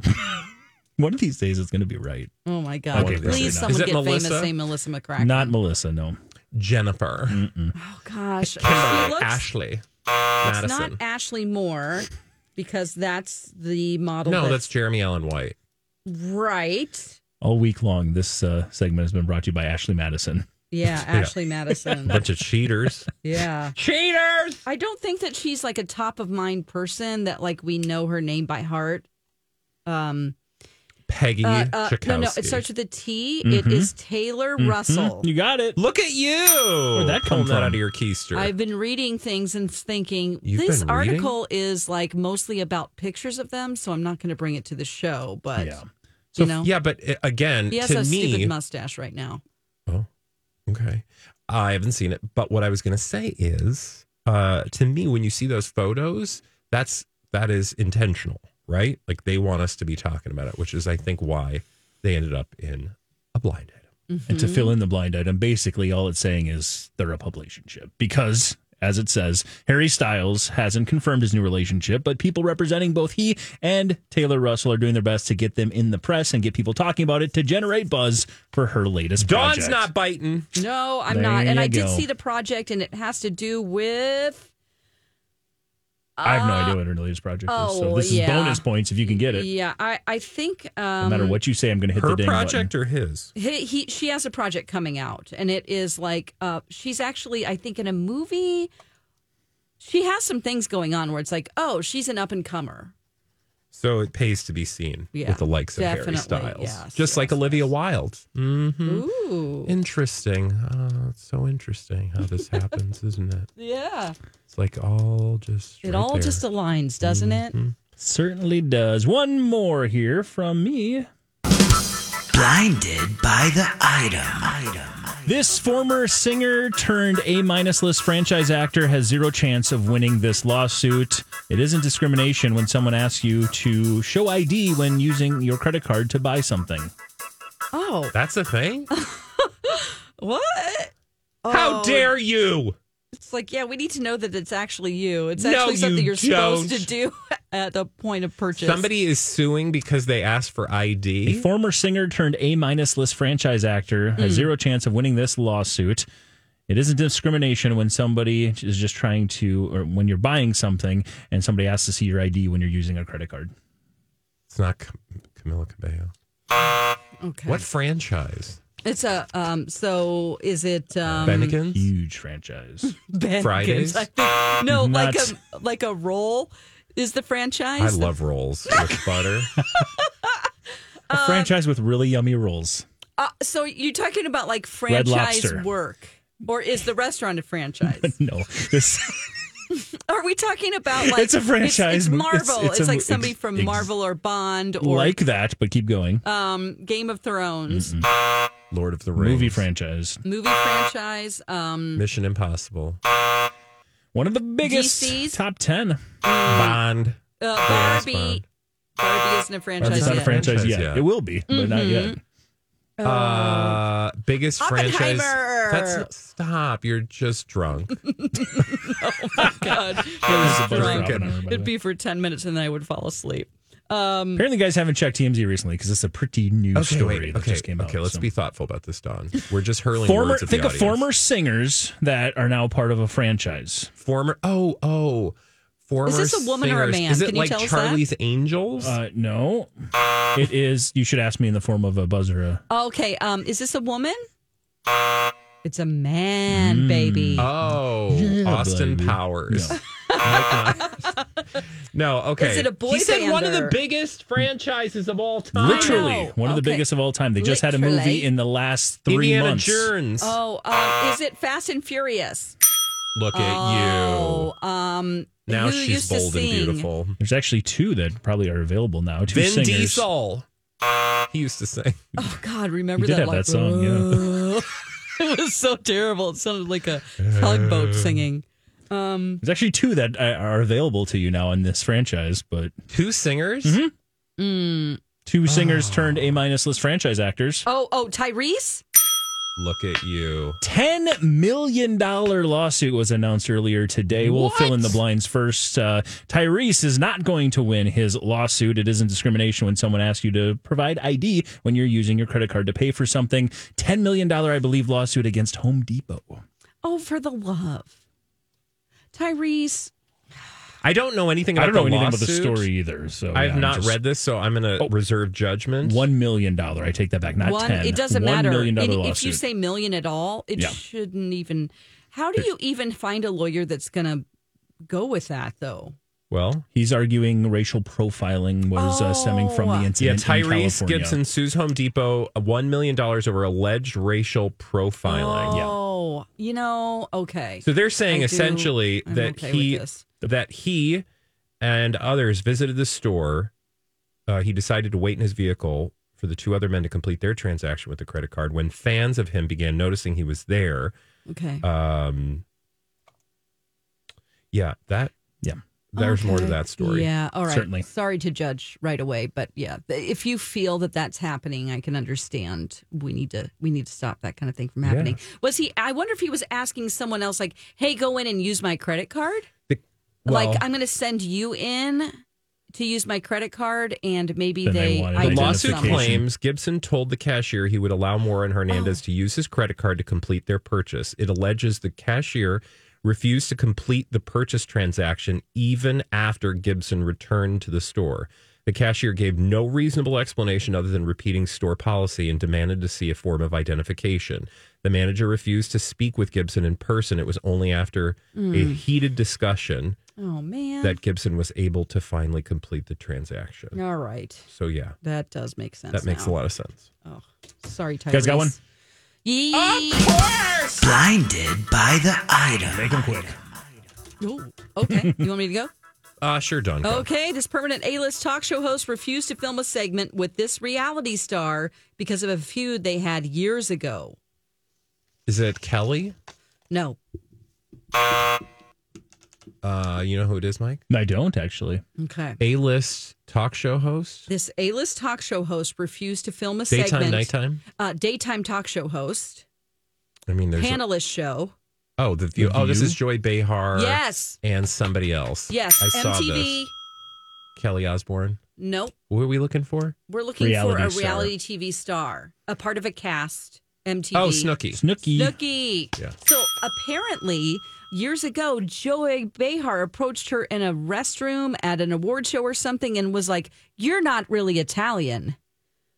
[SPEAKER 8] One of these days it's going to be right.
[SPEAKER 2] Oh my god.
[SPEAKER 8] Okay, probably not.
[SPEAKER 2] Please
[SPEAKER 1] Is
[SPEAKER 2] someone
[SPEAKER 1] it
[SPEAKER 2] get
[SPEAKER 1] Melissa?
[SPEAKER 2] famous say Melissa McCracken.
[SPEAKER 8] Not Melissa, no.
[SPEAKER 1] Jennifer.
[SPEAKER 2] oh gosh. She
[SPEAKER 1] Kimberly
[SPEAKER 2] looks-
[SPEAKER 1] Ashley.
[SPEAKER 2] It's
[SPEAKER 1] Madison.
[SPEAKER 2] not Ashley Moore because that's the model.
[SPEAKER 1] no, that's Jeremy Allen White.
[SPEAKER 2] right.
[SPEAKER 8] All week long, this uh, segment has been brought to you by Ashley Madison.
[SPEAKER 2] Yeah, Ashley Madison.
[SPEAKER 1] Bunch of cheaters.
[SPEAKER 2] Yeah. Cheaters. I don't think that she's like a top of mind person that like we know her name by heart. Um
[SPEAKER 1] Peggy
[SPEAKER 2] uh, uh, no, no, it
[SPEAKER 1] Schakowsky.
[SPEAKER 2] starts with a T. It
[SPEAKER 1] Mhm.
[SPEAKER 2] is Taylor
[SPEAKER 1] Mhm.
[SPEAKER 2] Russell.
[SPEAKER 8] You got it.
[SPEAKER 1] Look at you.
[SPEAKER 8] Where'd that
[SPEAKER 1] Pulling
[SPEAKER 8] come
[SPEAKER 1] that
[SPEAKER 8] from?
[SPEAKER 1] out of your keister.
[SPEAKER 2] I've been reading things and thinking
[SPEAKER 1] You've
[SPEAKER 2] this
[SPEAKER 1] been reading?
[SPEAKER 2] article is like mostly about pictures of them, so I'm not going to bring it to the show. But
[SPEAKER 8] Yeah.
[SPEAKER 2] you know,
[SPEAKER 1] yeah, but uh, again,
[SPEAKER 2] he has
[SPEAKER 1] to
[SPEAKER 2] a
[SPEAKER 1] me,
[SPEAKER 2] stupid mustache right now.
[SPEAKER 1] Okay. I haven't seen it. But what I was going to say is uh, to me, when you see those photos, that's that is intentional. right? Like they want us to be talking about it, which is, I think, why they ended up in a blind item.
[SPEAKER 8] And to
[SPEAKER 2] Mm-hmm.
[SPEAKER 8] fill in the blind item, basically all it's saying is they're a publicationship because, as it says, Harry Styles hasn't confirmed his new relationship, but people representing both he and Taylor Russell are doing their best to get them in the press and get people talking about it to generate buzz for her latest.
[SPEAKER 1] Dawn's
[SPEAKER 8] project.
[SPEAKER 1] not biting.
[SPEAKER 2] No, I'm
[SPEAKER 8] There
[SPEAKER 2] not. And
[SPEAKER 8] you
[SPEAKER 2] I did
[SPEAKER 8] go.
[SPEAKER 2] see the project, and it has to do with.
[SPEAKER 8] I have no
[SPEAKER 2] Uh,
[SPEAKER 8] idea what her latest project is.
[SPEAKER 2] oh,
[SPEAKER 8] So this is
[SPEAKER 2] yeah.
[SPEAKER 8] bonus points if you can get it.
[SPEAKER 2] Yeah, I I think. Um,
[SPEAKER 8] No matter what you say, I'm going to hit
[SPEAKER 1] Her
[SPEAKER 8] the ding
[SPEAKER 1] project
[SPEAKER 8] button.
[SPEAKER 1] or his?
[SPEAKER 2] He, he she has a project coming out, and it is like uh, she's actually I think in a movie. She has some things going on where it's like, oh, she's an up and comer.
[SPEAKER 1] So it pays to be seen
[SPEAKER 2] Yeah,
[SPEAKER 1] with the likes of Harry
[SPEAKER 2] definitely,
[SPEAKER 1] Styles,
[SPEAKER 2] yes,
[SPEAKER 1] just like Olivia Wilde. Mm-hmm.
[SPEAKER 2] Ooh.
[SPEAKER 1] Interesting. Oh, it's so interesting how this happens, isn't it?
[SPEAKER 2] Yeah,
[SPEAKER 1] It's like all just
[SPEAKER 2] it
[SPEAKER 1] right
[SPEAKER 2] all
[SPEAKER 1] there.
[SPEAKER 2] just aligns, doesn't
[SPEAKER 8] Mm-hmm.
[SPEAKER 2] it?
[SPEAKER 8] Certainly does. One more here from me.
[SPEAKER 10] Blinded by the item.
[SPEAKER 8] This former singer turned A minus list franchise actor has zero chance of winning this lawsuit. It isn't discrimination when someone asks you to show ID when using your credit card to buy something.
[SPEAKER 2] Oh,
[SPEAKER 1] That's a thing.
[SPEAKER 2] what?
[SPEAKER 1] How
[SPEAKER 2] Oh,
[SPEAKER 1] dare you?
[SPEAKER 2] It's like, yeah, we need to know that it's actually you. It's
[SPEAKER 1] No,
[SPEAKER 2] actually something
[SPEAKER 1] you
[SPEAKER 2] you're supposed to do at the point of purchase.
[SPEAKER 1] Somebody is suing because they asked for
[SPEAKER 8] A
[SPEAKER 1] ID.
[SPEAKER 8] former singer turned A minus list franchise actor has
[SPEAKER 2] Mm.
[SPEAKER 8] zero chance of winning this lawsuit. It isn't discrimination when somebody is just trying to, or when you're buying something and somebody asks to see your ID when you're using a credit card.
[SPEAKER 1] It's not Cam- Camila Cabello.
[SPEAKER 2] Okay.
[SPEAKER 1] What franchise?
[SPEAKER 2] It's a um. So is it um?
[SPEAKER 1] Bennigan's?
[SPEAKER 8] Huge franchise.
[SPEAKER 2] Bennigan's,
[SPEAKER 1] Fridays?
[SPEAKER 2] I think. No, like
[SPEAKER 8] Nuts.
[SPEAKER 2] a like a roll is the franchise.
[SPEAKER 1] I love rolls with butter.
[SPEAKER 8] A franchise with really yummy rolls.
[SPEAKER 2] Uh, so you're talking about like
[SPEAKER 8] Red
[SPEAKER 2] franchise
[SPEAKER 8] Lobster.
[SPEAKER 2] work, or is the restaurant a franchise?
[SPEAKER 8] no, this
[SPEAKER 2] Are we talking about like
[SPEAKER 8] It's a franchise
[SPEAKER 2] It's,
[SPEAKER 8] mo- it's-
[SPEAKER 2] Marvel. It's,
[SPEAKER 8] it's a mo-
[SPEAKER 2] like somebody
[SPEAKER 8] ex-
[SPEAKER 2] from
[SPEAKER 8] ex-
[SPEAKER 2] Marvel or Bond or
[SPEAKER 8] like Mm-hmm. that, but keep going.
[SPEAKER 2] um Game of Thrones
[SPEAKER 1] Lord of the Rings.
[SPEAKER 8] Movie franchise.
[SPEAKER 2] movie franchise. Um,
[SPEAKER 1] Mission Impossible.
[SPEAKER 8] One of the biggest
[SPEAKER 2] DC's?
[SPEAKER 8] top 10.
[SPEAKER 1] Bond.
[SPEAKER 2] uh,
[SPEAKER 1] Yes,
[SPEAKER 2] Barbie. Barbie isn't a franchise.
[SPEAKER 8] It's not a
[SPEAKER 2] yet.
[SPEAKER 8] franchise,
[SPEAKER 1] Franchise
[SPEAKER 8] yet.
[SPEAKER 1] yet.
[SPEAKER 8] It will be, but
[SPEAKER 2] Mm-hmm.
[SPEAKER 8] not yet.
[SPEAKER 1] Uh, biggest franchise.
[SPEAKER 2] Oppenheimer.
[SPEAKER 1] That's not, stop. You're just drunk.
[SPEAKER 2] God,
[SPEAKER 8] was a
[SPEAKER 2] I was
[SPEAKER 8] buzzer
[SPEAKER 2] drunk.
[SPEAKER 8] opener, by the way.
[SPEAKER 2] It'd be for ten minutes, and then I would fall asleep. Um,
[SPEAKER 8] Apparently, you guys haven't checked TMZ recently because it's a pretty new story that
[SPEAKER 1] okay,
[SPEAKER 8] just came out.
[SPEAKER 1] okay. Let's
[SPEAKER 8] so.
[SPEAKER 1] be thoughtful about this, Don. We're just hurling
[SPEAKER 8] former.
[SPEAKER 1] words at
[SPEAKER 8] Think
[SPEAKER 1] the
[SPEAKER 8] of
[SPEAKER 1] audience.
[SPEAKER 8] former singers that are now part of a franchise.
[SPEAKER 1] former. Oh, oh, former.
[SPEAKER 2] Is this a woman or a
[SPEAKER 1] singers.
[SPEAKER 2] man?
[SPEAKER 1] Is it
[SPEAKER 2] Can you
[SPEAKER 1] like
[SPEAKER 2] tell us that?
[SPEAKER 1] Charlie's Angels?
[SPEAKER 8] Uh, no, it is. You should ask me in the form of a buzzer. uh, A,
[SPEAKER 2] Okay. Um, is this a woman? It's a man, baby.
[SPEAKER 1] oh,
[SPEAKER 8] Yeah,
[SPEAKER 1] Austin
[SPEAKER 8] baby.
[SPEAKER 1] Powers.
[SPEAKER 8] No.
[SPEAKER 1] Mike Myers. no, okay.
[SPEAKER 2] Is it a boy
[SPEAKER 1] He said
[SPEAKER 2] band
[SPEAKER 1] one of the
[SPEAKER 2] or-
[SPEAKER 1] biggest franchises of all time.
[SPEAKER 8] Literally,
[SPEAKER 2] know.
[SPEAKER 8] one of the
[SPEAKER 2] Okay.
[SPEAKER 8] biggest of all time. They just had a
[SPEAKER 2] Literally.
[SPEAKER 8] movie in the last three
[SPEAKER 1] Indiana
[SPEAKER 8] months.
[SPEAKER 1] Jones.
[SPEAKER 2] Oh, um, is it Fast and Furious?
[SPEAKER 1] Look at you.
[SPEAKER 2] Oh, um,
[SPEAKER 1] Now
[SPEAKER 2] who
[SPEAKER 1] she's
[SPEAKER 2] used to
[SPEAKER 1] bold and
[SPEAKER 2] sing?
[SPEAKER 1] beautiful.
[SPEAKER 8] There's actually two that probably are available now. Two
[SPEAKER 1] Vin
[SPEAKER 8] singers.
[SPEAKER 1] Diesel. He used to sing.
[SPEAKER 2] Oh God, remember
[SPEAKER 8] You did
[SPEAKER 2] that?
[SPEAKER 8] have
[SPEAKER 2] like,
[SPEAKER 8] that song, yeah.
[SPEAKER 2] it was so terrible. It sounded like a tugboat singing. Um,
[SPEAKER 8] There's actually two that a- are available to you now in this franchise, but
[SPEAKER 1] Two singers?
[SPEAKER 8] Mm-hmm.
[SPEAKER 2] mm.
[SPEAKER 8] two singers turned A minus list franchise actors.
[SPEAKER 2] Oh, oh, Tyrese.
[SPEAKER 1] Look at you.
[SPEAKER 8] Ten million dollar lawsuit was announced earlier today. We'll fill in the blinds first. Uh, Tyrese is not going to win his lawsuit. It isn't discrimination when someone asks you to provide ID when you're using your credit card to pay for something. Ten million dollar, I believe, lawsuit against Home Depot.
[SPEAKER 2] Oh, for the love, Tyrese.
[SPEAKER 1] I don't know anything about
[SPEAKER 8] I don't know
[SPEAKER 1] the
[SPEAKER 8] anything
[SPEAKER 1] lawsuit.
[SPEAKER 8] about the story either, so
[SPEAKER 1] I've
[SPEAKER 8] yeah,
[SPEAKER 1] not
[SPEAKER 8] just-
[SPEAKER 1] read this, so I'm going to
[SPEAKER 8] Oh.
[SPEAKER 1] reserve judgment.
[SPEAKER 8] One million dollar. I take that back. Not
[SPEAKER 2] one,
[SPEAKER 8] ten.
[SPEAKER 2] it doesn't matter.
[SPEAKER 8] One million dollar
[SPEAKER 2] And
[SPEAKER 8] lawsuit.
[SPEAKER 2] if you say million at all, it
[SPEAKER 8] Yeah.
[SPEAKER 2] shouldn't even. How do you even find a lawyer that's going to go with that though?
[SPEAKER 1] Well,
[SPEAKER 8] He's arguing racial profiling was uh, stemming from
[SPEAKER 2] Oh.
[SPEAKER 8] the
[SPEAKER 1] yeah,
[SPEAKER 8] incident. in
[SPEAKER 1] Tyrese
[SPEAKER 8] California.
[SPEAKER 1] Gibson sues Home Depot $1 million over alleged racial profiling.
[SPEAKER 2] Oh, you know, okay.
[SPEAKER 1] So they're saying
[SPEAKER 2] I do-
[SPEAKER 1] essentially
[SPEAKER 2] I'm
[SPEAKER 1] that
[SPEAKER 2] okay with
[SPEAKER 1] he
[SPEAKER 2] this.
[SPEAKER 1] that he and others visited the store. Uh, he decided to wait in his vehicle for the two other men to complete their transaction with the credit card. When fans of him began noticing he was there,
[SPEAKER 2] Okay.
[SPEAKER 1] um, yeah, that
[SPEAKER 8] Yeah.
[SPEAKER 1] there's more to that story.
[SPEAKER 2] Yeah, all right.
[SPEAKER 1] Certainly.
[SPEAKER 2] Sorry to judge right away, but yeah, th- if you feel that that's happening, I can understand. We need to we need to stop that kind of thing from
[SPEAKER 1] Yeah.
[SPEAKER 2] happening. Was he? I wonder if he was asking someone else, like, "Hey, go in and use my credit card."
[SPEAKER 1] well-
[SPEAKER 2] like, I'm going to send you in to use my credit card, and maybe
[SPEAKER 8] Then they
[SPEAKER 2] they.
[SPEAKER 8] wanted
[SPEAKER 2] I
[SPEAKER 1] The
[SPEAKER 2] did
[SPEAKER 1] lawsuit
[SPEAKER 2] something.
[SPEAKER 1] claims Gibson told the cashier he would allow Moore and Hernandez to use his credit card to complete their purchase. It alleges the cashier refused to complete the purchase transaction even after Gibson returned to the store. The cashier gave no reasonable explanation other than repeating store policy and demanded to see a form of identification. The manager refused to speak with Gibson in person. It was only after a
[SPEAKER 2] Mm.
[SPEAKER 1] heated discussion
[SPEAKER 2] Oh man.
[SPEAKER 1] that Gibson was able to finally complete the transaction.
[SPEAKER 2] all right.
[SPEAKER 1] So, yeah.
[SPEAKER 2] That does make sense.
[SPEAKER 1] That makes a lot of sense.
[SPEAKER 2] Oh, sorry, Tyrese.
[SPEAKER 1] You guys got one?
[SPEAKER 2] Yee.
[SPEAKER 10] Blinded by the item.
[SPEAKER 8] Make them quick.
[SPEAKER 2] Oh, okay. you want me to go?
[SPEAKER 1] Uh, sure, Don. go.
[SPEAKER 2] Okay, this permanent A-list talk show host refused to film a segment with this reality star because of a feud they had years ago.
[SPEAKER 1] Is it Kelly?
[SPEAKER 2] No,
[SPEAKER 1] Uh, you know who it is, Mike?
[SPEAKER 8] I don't actually.
[SPEAKER 2] okay.
[SPEAKER 1] A list talk show host,
[SPEAKER 2] This A-list talk show host refused to film a
[SPEAKER 1] daytime,
[SPEAKER 2] segment.
[SPEAKER 1] nighttime.
[SPEAKER 2] Uh, daytime talk show host,
[SPEAKER 1] I mean, there's a-
[SPEAKER 2] panelist show.
[SPEAKER 1] oh the view.
[SPEAKER 8] The
[SPEAKER 1] Oh, this
[SPEAKER 8] View?
[SPEAKER 1] is Joy Behar.
[SPEAKER 2] Yes.
[SPEAKER 1] and somebody else.
[SPEAKER 2] Yes,
[SPEAKER 1] I saw
[SPEAKER 2] MTV.
[SPEAKER 1] this. Kelly Osborne.
[SPEAKER 2] Nope,
[SPEAKER 1] What were we looking for?
[SPEAKER 2] we're looking for a
[SPEAKER 1] Reality star.
[SPEAKER 2] reality TV star, a part of a cast. MTV.
[SPEAKER 1] Oh, Snooki.
[SPEAKER 8] Snooki.
[SPEAKER 2] Snooki.
[SPEAKER 1] Yeah.
[SPEAKER 2] So apparently, years ago, Joey Behar approached her in a restroom at an award show or something and was like, You're not really Italian.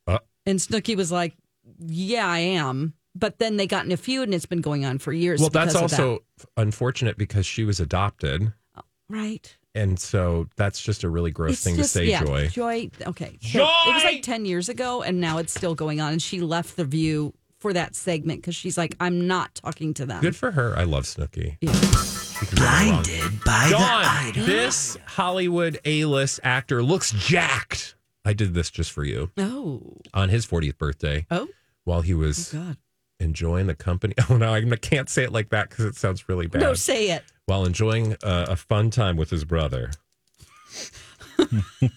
[SPEAKER 1] Uh.
[SPEAKER 2] And Snooki was like, Yeah, I am. But then they got in a feud and it's been going on for years.
[SPEAKER 1] Well, that's
[SPEAKER 2] because of
[SPEAKER 1] also unfortunate because she was adopted,
[SPEAKER 2] that. right.
[SPEAKER 1] and so that's just a really gross
[SPEAKER 2] It's
[SPEAKER 1] thing
[SPEAKER 2] just-
[SPEAKER 1] to say,
[SPEAKER 2] yeah,
[SPEAKER 1] Joy.
[SPEAKER 2] Joy. Okay. So It was like 10 years ago, and now it's still going on. And she left The View for that segment because she's like, I'm not talking to them.
[SPEAKER 1] Good for her. I love Snooki. She can do no wrong.
[SPEAKER 10] Blinded by
[SPEAKER 1] John,
[SPEAKER 10] the item.
[SPEAKER 1] this Hollywood A-list actor looks jacked. I did this just for you
[SPEAKER 2] Oh.
[SPEAKER 1] on his 40th birthday.
[SPEAKER 2] Oh.
[SPEAKER 1] While he was
[SPEAKER 2] Oh, God.
[SPEAKER 1] enjoying the company. Oh no, I can't say it like that because it sounds really bad.
[SPEAKER 2] No, say it.
[SPEAKER 1] while enjoying uh, a fun time with his brother.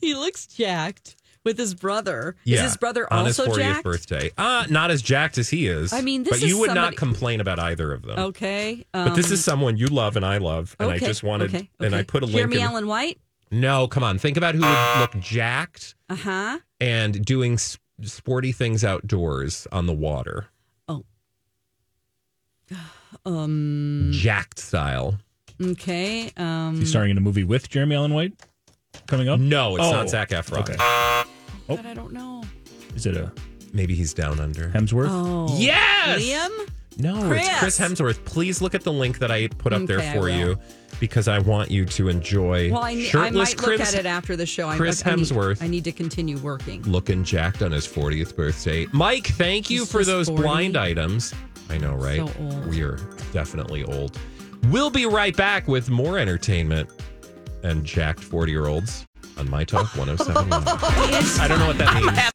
[SPEAKER 2] he looks jacked with his brother.
[SPEAKER 1] Yeah,
[SPEAKER 2] Is his brother
[SPEAKER 1] on
[SPEAKER 2] also
[SPEAKER 1] his 40th
[SPEAKER 2] jacked?
[SPEAKER 1] birthday? Uh, not as jacked as he is.
[SPEAKER 2] I mean, this
[SPEAKER 1] but
[SPEAKER 2] is
[SPEAKER 1] you would
[SPEAKER 2] somebody-
[SPEAKER 1] not complain about either of them.
[SPEAKER 2] Okay.
[SPEAKER 1] but this
[SPEAKER 2] um,
[SPEAKER 1] is someone you love and I love, and
[SPEAKER 2] okay,
[SPEAKER 1] I just wanted,
[SPEAKER 2] okay,
[SPEAKER 1] and I
[SPEAKER 2] okay.
[SPEAKER 1] put a
[SPEAKER 2] Hear
[SPEAKER 1] link.
[SPEAKER 2] me,
[SPEAKER 1] in-
[SPEAKER 2] Ellen White.
[SPEAKER 1] No, come on, think about who would look jacked
[SPEAKER 2] Uh huh.
[SPEAKER 1] and doing s- sporty things outdoors on the water,
[SPEAKER 2] Oh. Um.
[SPEAKER 1] jacked style.
[SPEAKER 2] Okay. Um.
[SPEAKER 8] Is he starring in a movie with Jeremy Allen White coming up?
[SPEAKER 1] No, it's
[SPEAKER 8] Oh.
[SPEAKER 1] not Zach Efron.
[SPEAKER 8] Okay.
[SPEAKER 1] oh.
[SPEAKER 2] God, I don't know.
[SPEAKER 8] Is it a
[SPEAKER 1] Maybe he's down under.
[SPEAKER 8] Hemsworth?
[SPEAKER 2] Oh.
[SPEAKER 1] Yes!
[SPEAKER 2] Liam.
[SPEAKER 1] No, it's Chris
[SPEAKER 2] Chris.
[SPEAKER 1] Hemsworth. Please look at the link that I put up
[SPEAKER 2] Okay,
[SPEAKER 1] there
[SPEAKER 2] I
[SPEAKER 1] for
[SPEAKER 2] will.
[SPEAKER 1] you because I want you to enjoy
[SPEAKER 2] Well, I, I
[SPEAKER 1] shirtless
[SPEAKER 2] might
[SPEAKER 1] Chris
[SPEAKER 2] look at it after the show. I-
[SPEAKER 1] Chris
[SPEAKER 2] I, I need-
[SPEAKER 1] Hemsworth.
[SPEAKER 2] I need, to continue working.
[SPEAKER 1] looking jacked on his 40th birthday. Mike, thank you
[SPEAKER 2] He's
[SPEAKER 1] for
[SPEAKER 2] just
[SPEAKER 1] those
[SPEAKER 2] 40.
[SPEAKER 1] blind items. I know, right?
[SPEAKER 2] So old.
[SPEAKER 1] We are definitely old. We'll be right back with more entertainment and jacked 40 year olds on My Talk 107. I don't know what that means.